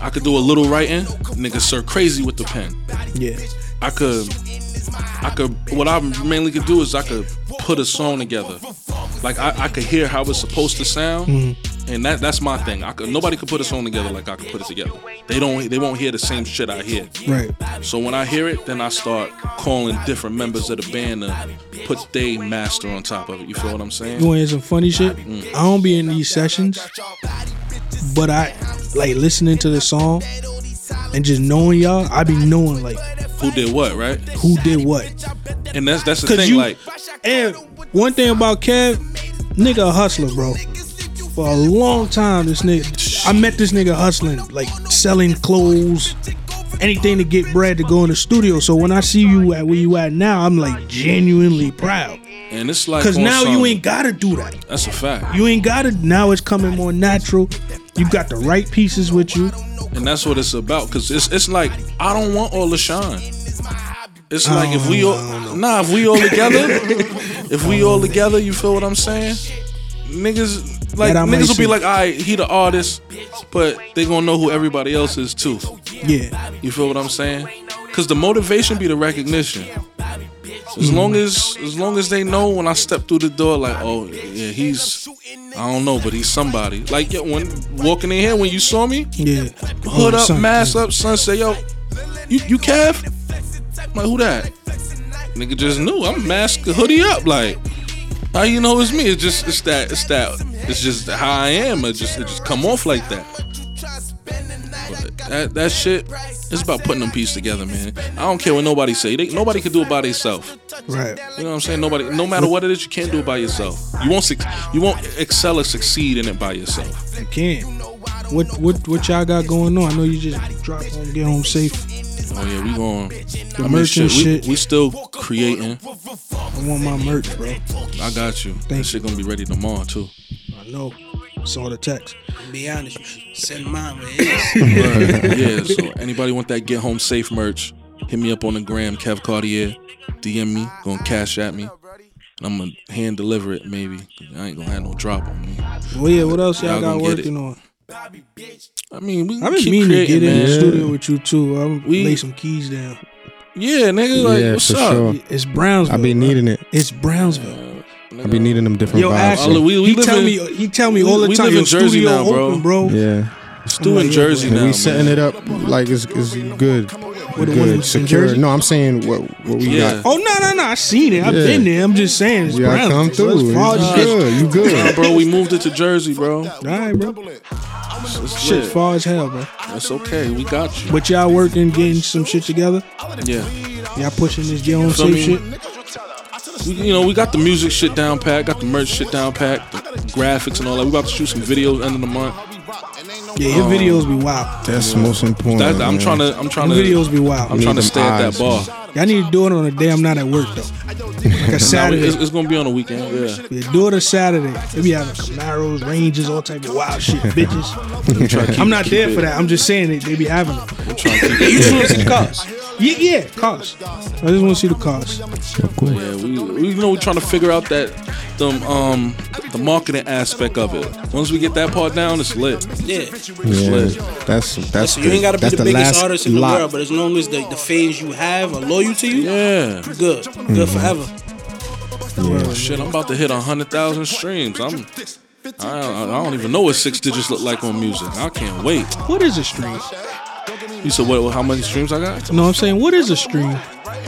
Speaker 4: I could do a little writing. Nigga, sir, crazy with the pen.
Speaker 5: Yeah.
Speaker 4: I could, I could. What I mainly could do is I could put a song together. Like I, I could hear how it's supposed to sound,
Speaker 5: Mm-hmm.
Speaker 4: and that that's my thing. I could, nobody could put a song together like I could put it together. They don't. They won't hear the same shit I hear.
Speaker 5: Right.
Speaker 4: So when I hear it, then I start calling different members of the band to put they master on top of it. You feel what I'm
Speaker 5: You
Speaker 4: saying?
Speaker 5: want to hear some funny shit? I don't be in these sessions, but I like listening to the song and just knowing y'all. I be knowing like
Speaker 4: Who did what, right?
Speaker 5: who did what.
Speaker 4: And that's that's the
Speaker 5: Cause
Speaker 4: thing.
Speaker 5: you
Speaker 4: like
Speaker 5: and one thing about Kev, nigga a hustler, bro. For a long time, this nigga, I met this nigga hustling, like selling clothes, anything to get bread to go in the studio. So when I see you at where you at now, I'm like genuinely proud,
Speaker 4: and it's like
Speaker 5: cause
Speaker 4: on
Speaker 5: now
Speaker 4: some-
Speaker 5: you ain't gotta do that.
Speaker 4: That's a fact.
Speaker 5: You ain't gotta. Now it's coming more natural. You got the right pieces with you.
Speaker 4: And that's what it's about. Cause it's it's like I don't want all the shine. It's like if we
Speaker 5: Oh,
Speaker 4: all nah, if we all together, if we all together, you feel what I'm saying? Niggas like
Speaker 5: That I might
Speaker 4: niggas will
Speaker 5: see.
Speaker 4: be like, all right, he the artist, but they gonna know who everybody else is too.
Speaker 5: Yeah,
Speaker 4: You feel what I'm saying? Cause the motivation be the recognition. As long as as long as they know when I step through the door, like, oh yeah, he's I don't know, but he's somebody. Like yeah, when walking in here, when you saw me,
Speaker 5: yeah.
Speaker 4: hood
Speaker 5: Oh,
Speaker 4: up,
Speaker 5: son,
Speaker 4: mask
Speaker 5: yeah.
Speaker 4: up, son say, yo, you, you Kev? I'm like, who that? Nigga just knew. I'm masked, hoodie up. Like, how you know it's me? It's just, it's that, it's that, it's just how I am. It just, it just come off like that. But that, that shit, it's about putting them pieces together, man. I don't care what nobody say. They, nobody can do it by themselves.
Speaker 5: Right.
Speaker 4: You know what I'm saying? Nobody, no matter what it is, you can't do it by yourself. You won't, suc- you won't excel or succeed in it by yourself.
Speaker 5: You can. What what what y'all got going on? I know you just drop home, get home safe.
Speaker 4: Oh yeah, we going. I mean,
Speaker 5: merch
Speaker 4: shit,
Speaker 5: and
Speaker 4: we,
Speaker 5: shit.
Speaker 4: we still creating.
Speaker 5: I want my merch, bro.
Speaker 4: I got you. that shit gonna be ready tomorrow too.
Speaker 5: I know. Saw the text.
Speaker 1: Be honest, you should send mine. where it is.
Speaker 4: yeah. So anybody want that get home safe merch? Hit me up on the gram, Kev Cartier. DM me. Gonna cash at me. And I'm gonna hand deliver it maybe. I ain't gonna have no drop on me.
Speaker 5: Well, yeah. What else y'all,
Speaker 4: Y'all
Speaker 5: got
Speaker 4: gonna get
Speaker 5: working on?
Speaker 4: I mean, we
Speaker 5: I
Speaker 4: can
Speaker 5: been
Speaker 4: keep
Speaker 5: meaning to
Speaker 4: creating,
Speaker 5: get in the
Speaker 4: man.
Speaker 5: studio with you too. I'm
Speaker 4: We-
Speaker 5: lay some keys down.
Speaker 4: Yeah, nigga. Like,
Speaker 6: Yeah,
Speaker 4: what's
Speaker 6: for
Speaker 4: up?
Speaker 6: sure.
Speaker 5: It's Brownsville.
Speaker 6: I be
Speaker 5: bro.
Speaker 6: needing it.
Speaker 5: It's Brownsville.
Speaker 6: I be needing them different
Speaker 5: Yo,
Speaker 6: vibes.
Speaker 5: Ashley,
Speaker 4: Oh, we- we
Speaker 5: he
Speaker 4: live
Speaker 5: tell
Speaker 4: in-
Speaker 5: me he tell me all the
Speaker 4: we
Speaker 5: time.
Speaker 4: live
Speaker 5: Your
Speaker 4: in Jersey
Speaker 5: studio
Speaker 4: now, bro.
Speaker 5: open, bro.
Speaker 6: yeah,
Speaker 4: Stu in Jersey
Speaker 6: and
Speaker 4: now.
Speaker 6: we
Speaker 4: man.
Speaker 6: setting it up like it's, it's good,
Speaker 5: the one in- in
Speaker 6: good, secure.
Speaker 5: Jersey?
Speaker 6: No, I'm saying what what we
Speaker 4: Yeah.
Speaker 6: got.
Speaker 5: Oh no no no! I seen it. I've
Speaker 6: Yeah.
Speaker 5: been there. I'm just saying. It's
Speaker 6: You gotta
Speaker 5: brown.
Speaker 6: come through.
Speaker 5: It's far as
Speaker 6: You
Speaker 5: hell.
Speaker 6: good? You
Speaker 4: Nah,
Speaker 6: good?
Speaker 4: bro, we moved it to Jersey, bro.
Speaker 5: All right, bro.
Speaker 4: It's
Speaker 5: Shit,
Speaker 4: lit.
Speaker 5: far as hell, bro.
Speaker 4: That's okay. We got you.
Speaker 5: But y'all working, getting some shit together.
Speaker 4: Yeah.
Speaker 5: Y'all pushing this get on
Speaker 4: So, I
Speaker 5: safe shit.
Speaker 4: mean, we- you know, we got the music shit down pat, got the merch shit down pat, the graphics and all that. We about to shoot some videos end of the month.
Speaker 6: Oh,
Speaker 5: Yeah,
Speaker 4: Um,
Speaker 5: your videos be wild.
Speaker 6: That's most important.
Speaker 4: That, I'm
Speaker 6: man.
Speaker 4: trying to, I'm trying
Speaker 5: Your
Speaker 4: to,
Speaker 5: videos be
Speaker 4: I'm
Speaker 5: wild.
Speaker 6: Need
Speaker 4: trying to
Speaker 6: them
Speaker 4: stay at that
Speaker 6: eyes,
Speaker 4: bar.
Speaker 5: Y'all need to do it on a day I'm not at work though, like a
Speaker 4: Nah, we- it's,
Speaker 5: Saturday.
Speaker 4: it's gonna be on a weekend. Yeah,
Speaker 5: Yeah, do it a Saturday. They be having Camaros, Rangers, all type of wild shit, bitches.
Speaker 4: Try to keep-
Speaker 5: I'm not
Speaker 4: keep
Speaker 5: there
Speaker 4: it.
Speaker 5: for that. I'm just saying it. They be having it.
Speaker 1: Yeah, you should see the cars.
Speaker 5: Yeah, yeah, cost. I just want to see the cost.
Speaker 4: Yeah, we, we you know we're trying to figure out that the um the marketing aspect of it. Once we get that part down, it's lit.
Speaker 1: Yeah.
Speaker 6: Yeah,
Speaker 4: lit.
Speaker 6: that's that's
Speaker 1: So you ain't gotta be
Speaker 6: that's
Speaker 1: the, biggest
Speaker 6: last
Speaker 1: artist in the
Speaker 6: lot.
Speaker 1: world, but as long as the, the fans you have are loyal to you,
Speaker 4: Yeah.
Speaker 1: you're good.
Speaker 6: Mm.
Speaker 1: Good forever.
Speaker 4: Shit, I'm about to hit hundred thousand streams. I'm. I, I I don't even know what six digits look like on music. I can't wait.
Speaker 5: What is a stream?
Speaker 4: You said what? How many streams I got?
Speaker 5: No, I'm saying what is a stream?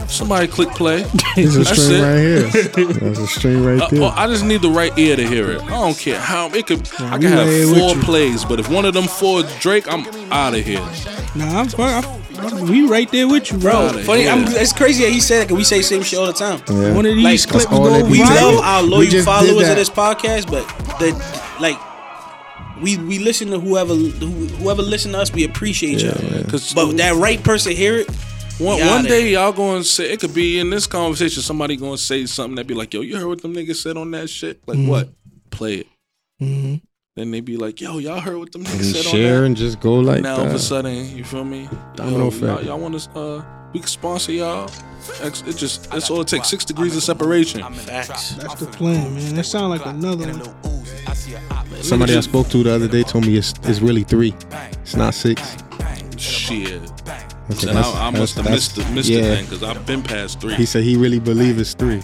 Speaker 4: Somebody click play.
Speaker 6: There's a
Speaker 4: That's it.
Speaker 6: stream right here. There's a stream right
Speaker 4: Uh,
Speaker 6: there.
Speaker 4: well, I just need the right ear to hear it. I don't care how it could. I
Speaker 5: we
Speaker 4: can have
Speaker 5: right here with
Speaker 4: four
Speaker 5: you.
Speaker 4: plays, but if one of them four is Drake, I'm out of here.
Speaker 5: Nah, I'm, I, I, we right there with you, bro.
Speaker 1: Bro,
Speaker 4: Outta
Speaker 1: funny. I'm,
Speaker 4: here.
Speaker 1: it's crazy that he said that 'cause we say the same shit all the time.
Speaker 6: Yeah.
Speaker 5: One of these
Speaker 1: Like,
Speaker 5: clips
Speaker 6: that's all
Speaker 5: go
Speaker 6: they be
Speaker 1: We
Speaker 6: Right.
Speaker 1: love
Speaker 5: viral.
Speaker 1: our
Speaker 6: We
Speaker 1: loyal
Speaker 6: just did
Speaker 1: followers
Speaker 6: that.
Speaker 1: of this podcast, but the like we we listen to whoever who- whoever listen to us, we appreciate y'all.
Speaker 4: Cause
Speaker 1: But that right person hear it.
Speaker 4: One,
Speaker 1: Got
Speaker 4: one
Speaker 1: it.
Speaker 4: day y'all gonna say it could be in this conversation. Somebody gonna say something that be like, "Yo, you heard what them niggas said on that shit? Like
Speaker 6: Mm-hmm.
Speaker 4: what? Play it." Then they be like, "Yo, y'all heard what them niggas
Speaker 6: and
Speaker 4: said
Speaker 6: Mm-hmm. share
Speaker 4: on
Speaker 6: and just go
Speaker 4: that?"
Speaker 6: like
Speaker 4: Now all of a
Speaker 6: that.
Speaker 4: sudden, you feel me?
Speaker 6: Domino
Speaker 4: Yo,
Speaker 6: effect.
Speaker 4: y'all, y'all want to? Uh, we can sponsor y'all. Ex- It just that's all it takes. Six degrees of separation.
Speaker 1: Facts.
Speaker 5: That's the plan, man. That sound like another one.
Speaker 6: Somebody I spoke to the other day told me it's it's really three. It's not six.
Speaker 4: Shit.
Speaker 6: I said,
Speaker 4: And
Speaker 6: that's-
Speaker 4: I, I
Speaker 6: that's-
Speaker 4: must have missed
Speaker 6: that's-
Speaker 4: the, missed
Speaker 6: yeah.
Speaker 4: the thing because I've been past three.
Speaker 6: He said he really believe it's three.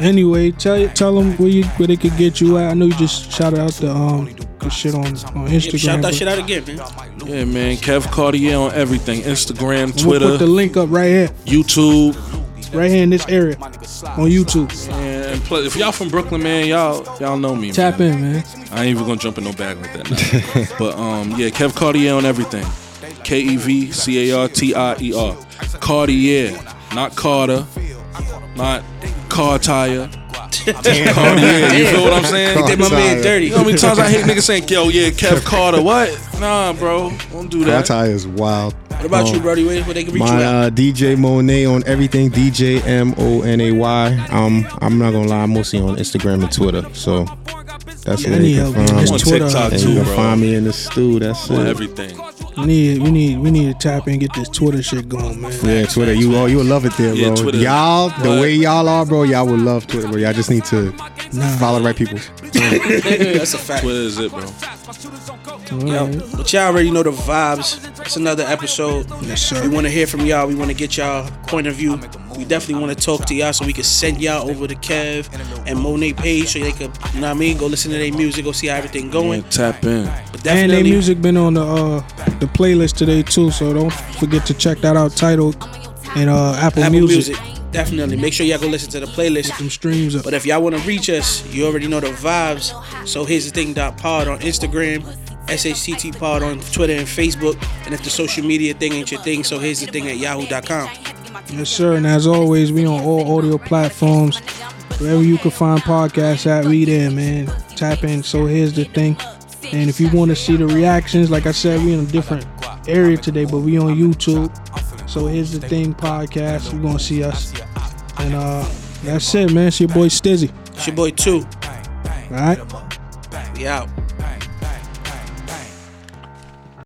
Speaker 5: Anyway, tell you, tell them where you where they could get you at. I know you just shouted out the um the shit on on Instagram.
Speaker 1: Yeah, shout that
Speaker 5: but
Speaker 1: shit out again, man.
Speaker 4: yeah, man. Kev Cartier on everything: Instagram,
Speaker 5: I'm gonna put the
Speaker 4: Twitter,
Speaker 5: link up right here,
Speaker 4: YouTube.
Speaker 5: right here in this area on YouTube.
Speaker 4: And plus, if y'all from Brooklyn, man, y'all y'all know me.
Speaker 5: Tap in, man.
Speaker 4: I ain't even gonna jump in no bag like that. Now. but um, yeah, Kev Cartier on everything. K E V C A R T I E R. Cartier, not Carter, not Car Tire. Cartier, you feel what I'm saying?
Speaker 1: Did my man dirty.
Speaker 4: You know how many times I hate niggas saying, "Yo, yeah, Kev Carter." What? Nah, bro, don't do that.
Speaker 6: That is wild.
Speaker 1: What about
Speaker 5: Oh.
Speaker 1: you, Brody? Where, where they can reach you
Speaker 6: My
Speaker 1: at?
Speaker 6: uh, DJ Monet on everything. DJ M O N A Y. Um, I'm not gonna lie, I'm mostly on Instagram and Twitter. So that's where
Speaker 5: Any
Speaker 6: you can
Speaker 5: of them.
Speaker 6: find
Speaker 4: On
Speaker 5: It's
Speaker 6: me.
Speaker 5: Twitter.
Speaker 4: TikTok.
Speaker 6: And
Speaker 4: too,
Speaker 6: you can
Speaker 4: bro.
Speaker 6: find me in the stew. That's
Speaker 4: On
Speaker 6: it.
Speaker 4: everything.
Speaker 5: We need we need we need to tap in, get this Twitter shit going, man.
Speaker 6: Yeah, Twitter. You all you will love it there,
Speaker 4: Yeah,
Speaker 6: bro.
Speaker 4: Twitter.
Speaker 6: Y'all, the
Speaker 4: But-
Speaker 6: way y'all are, bro, y'all will love Twitter, bro. Y'all just need to follow the right people.
Speaker 1: That's a fact.
Speaker 4: Twitter is it, bro.
Speaker 1: Yo, but y'all already know the vibes. It's another episode.
Speaker 5: Yes, sir.
Speaker 1: We want to hear from y'all. We want to get y'all point of view. We definitely want to talk to y'all so we can send y'all over to Kev and Monet page so they could, you know what I mean, go listen to their music, go see how everything going.
Speaker 4: And tap in.
Speaker 1: But
Speaker 5: And
Speaker 1: definitely,
Speaker 5: their music been on the uh the playlist today too, so don't forget to check that out. Title and uh Apple,
Speaker 1: Apple
Speaker 5: Music.
Speaker 1: music. definitely. Make sure y'all go listen to the playlist.
Speaker 5: Them streams up.
Speaker 1: But if y'all want to reach us, you already know the vibes. So here's the thing. Dot pod on Instagram, SHTT pod on Twitter and Facebook. And if the social media thing ain't your thing, so here's the thing at yahoo.com.
Speaker 5: Yes, sir. And as always, we on all audio platforms. Wherever you can find podcasts at, we there, man. Tap in. So here's the thing. And if you want to see the reactions, like I said, we in a different area today, but we on YouTube. So here's the thing podcast. You're going to see us. And uh that's it, man. It's your boy Stizzy.
Speaker 1: It's your boy, too.
Speaker 5: All right?
Speaker 1: We out.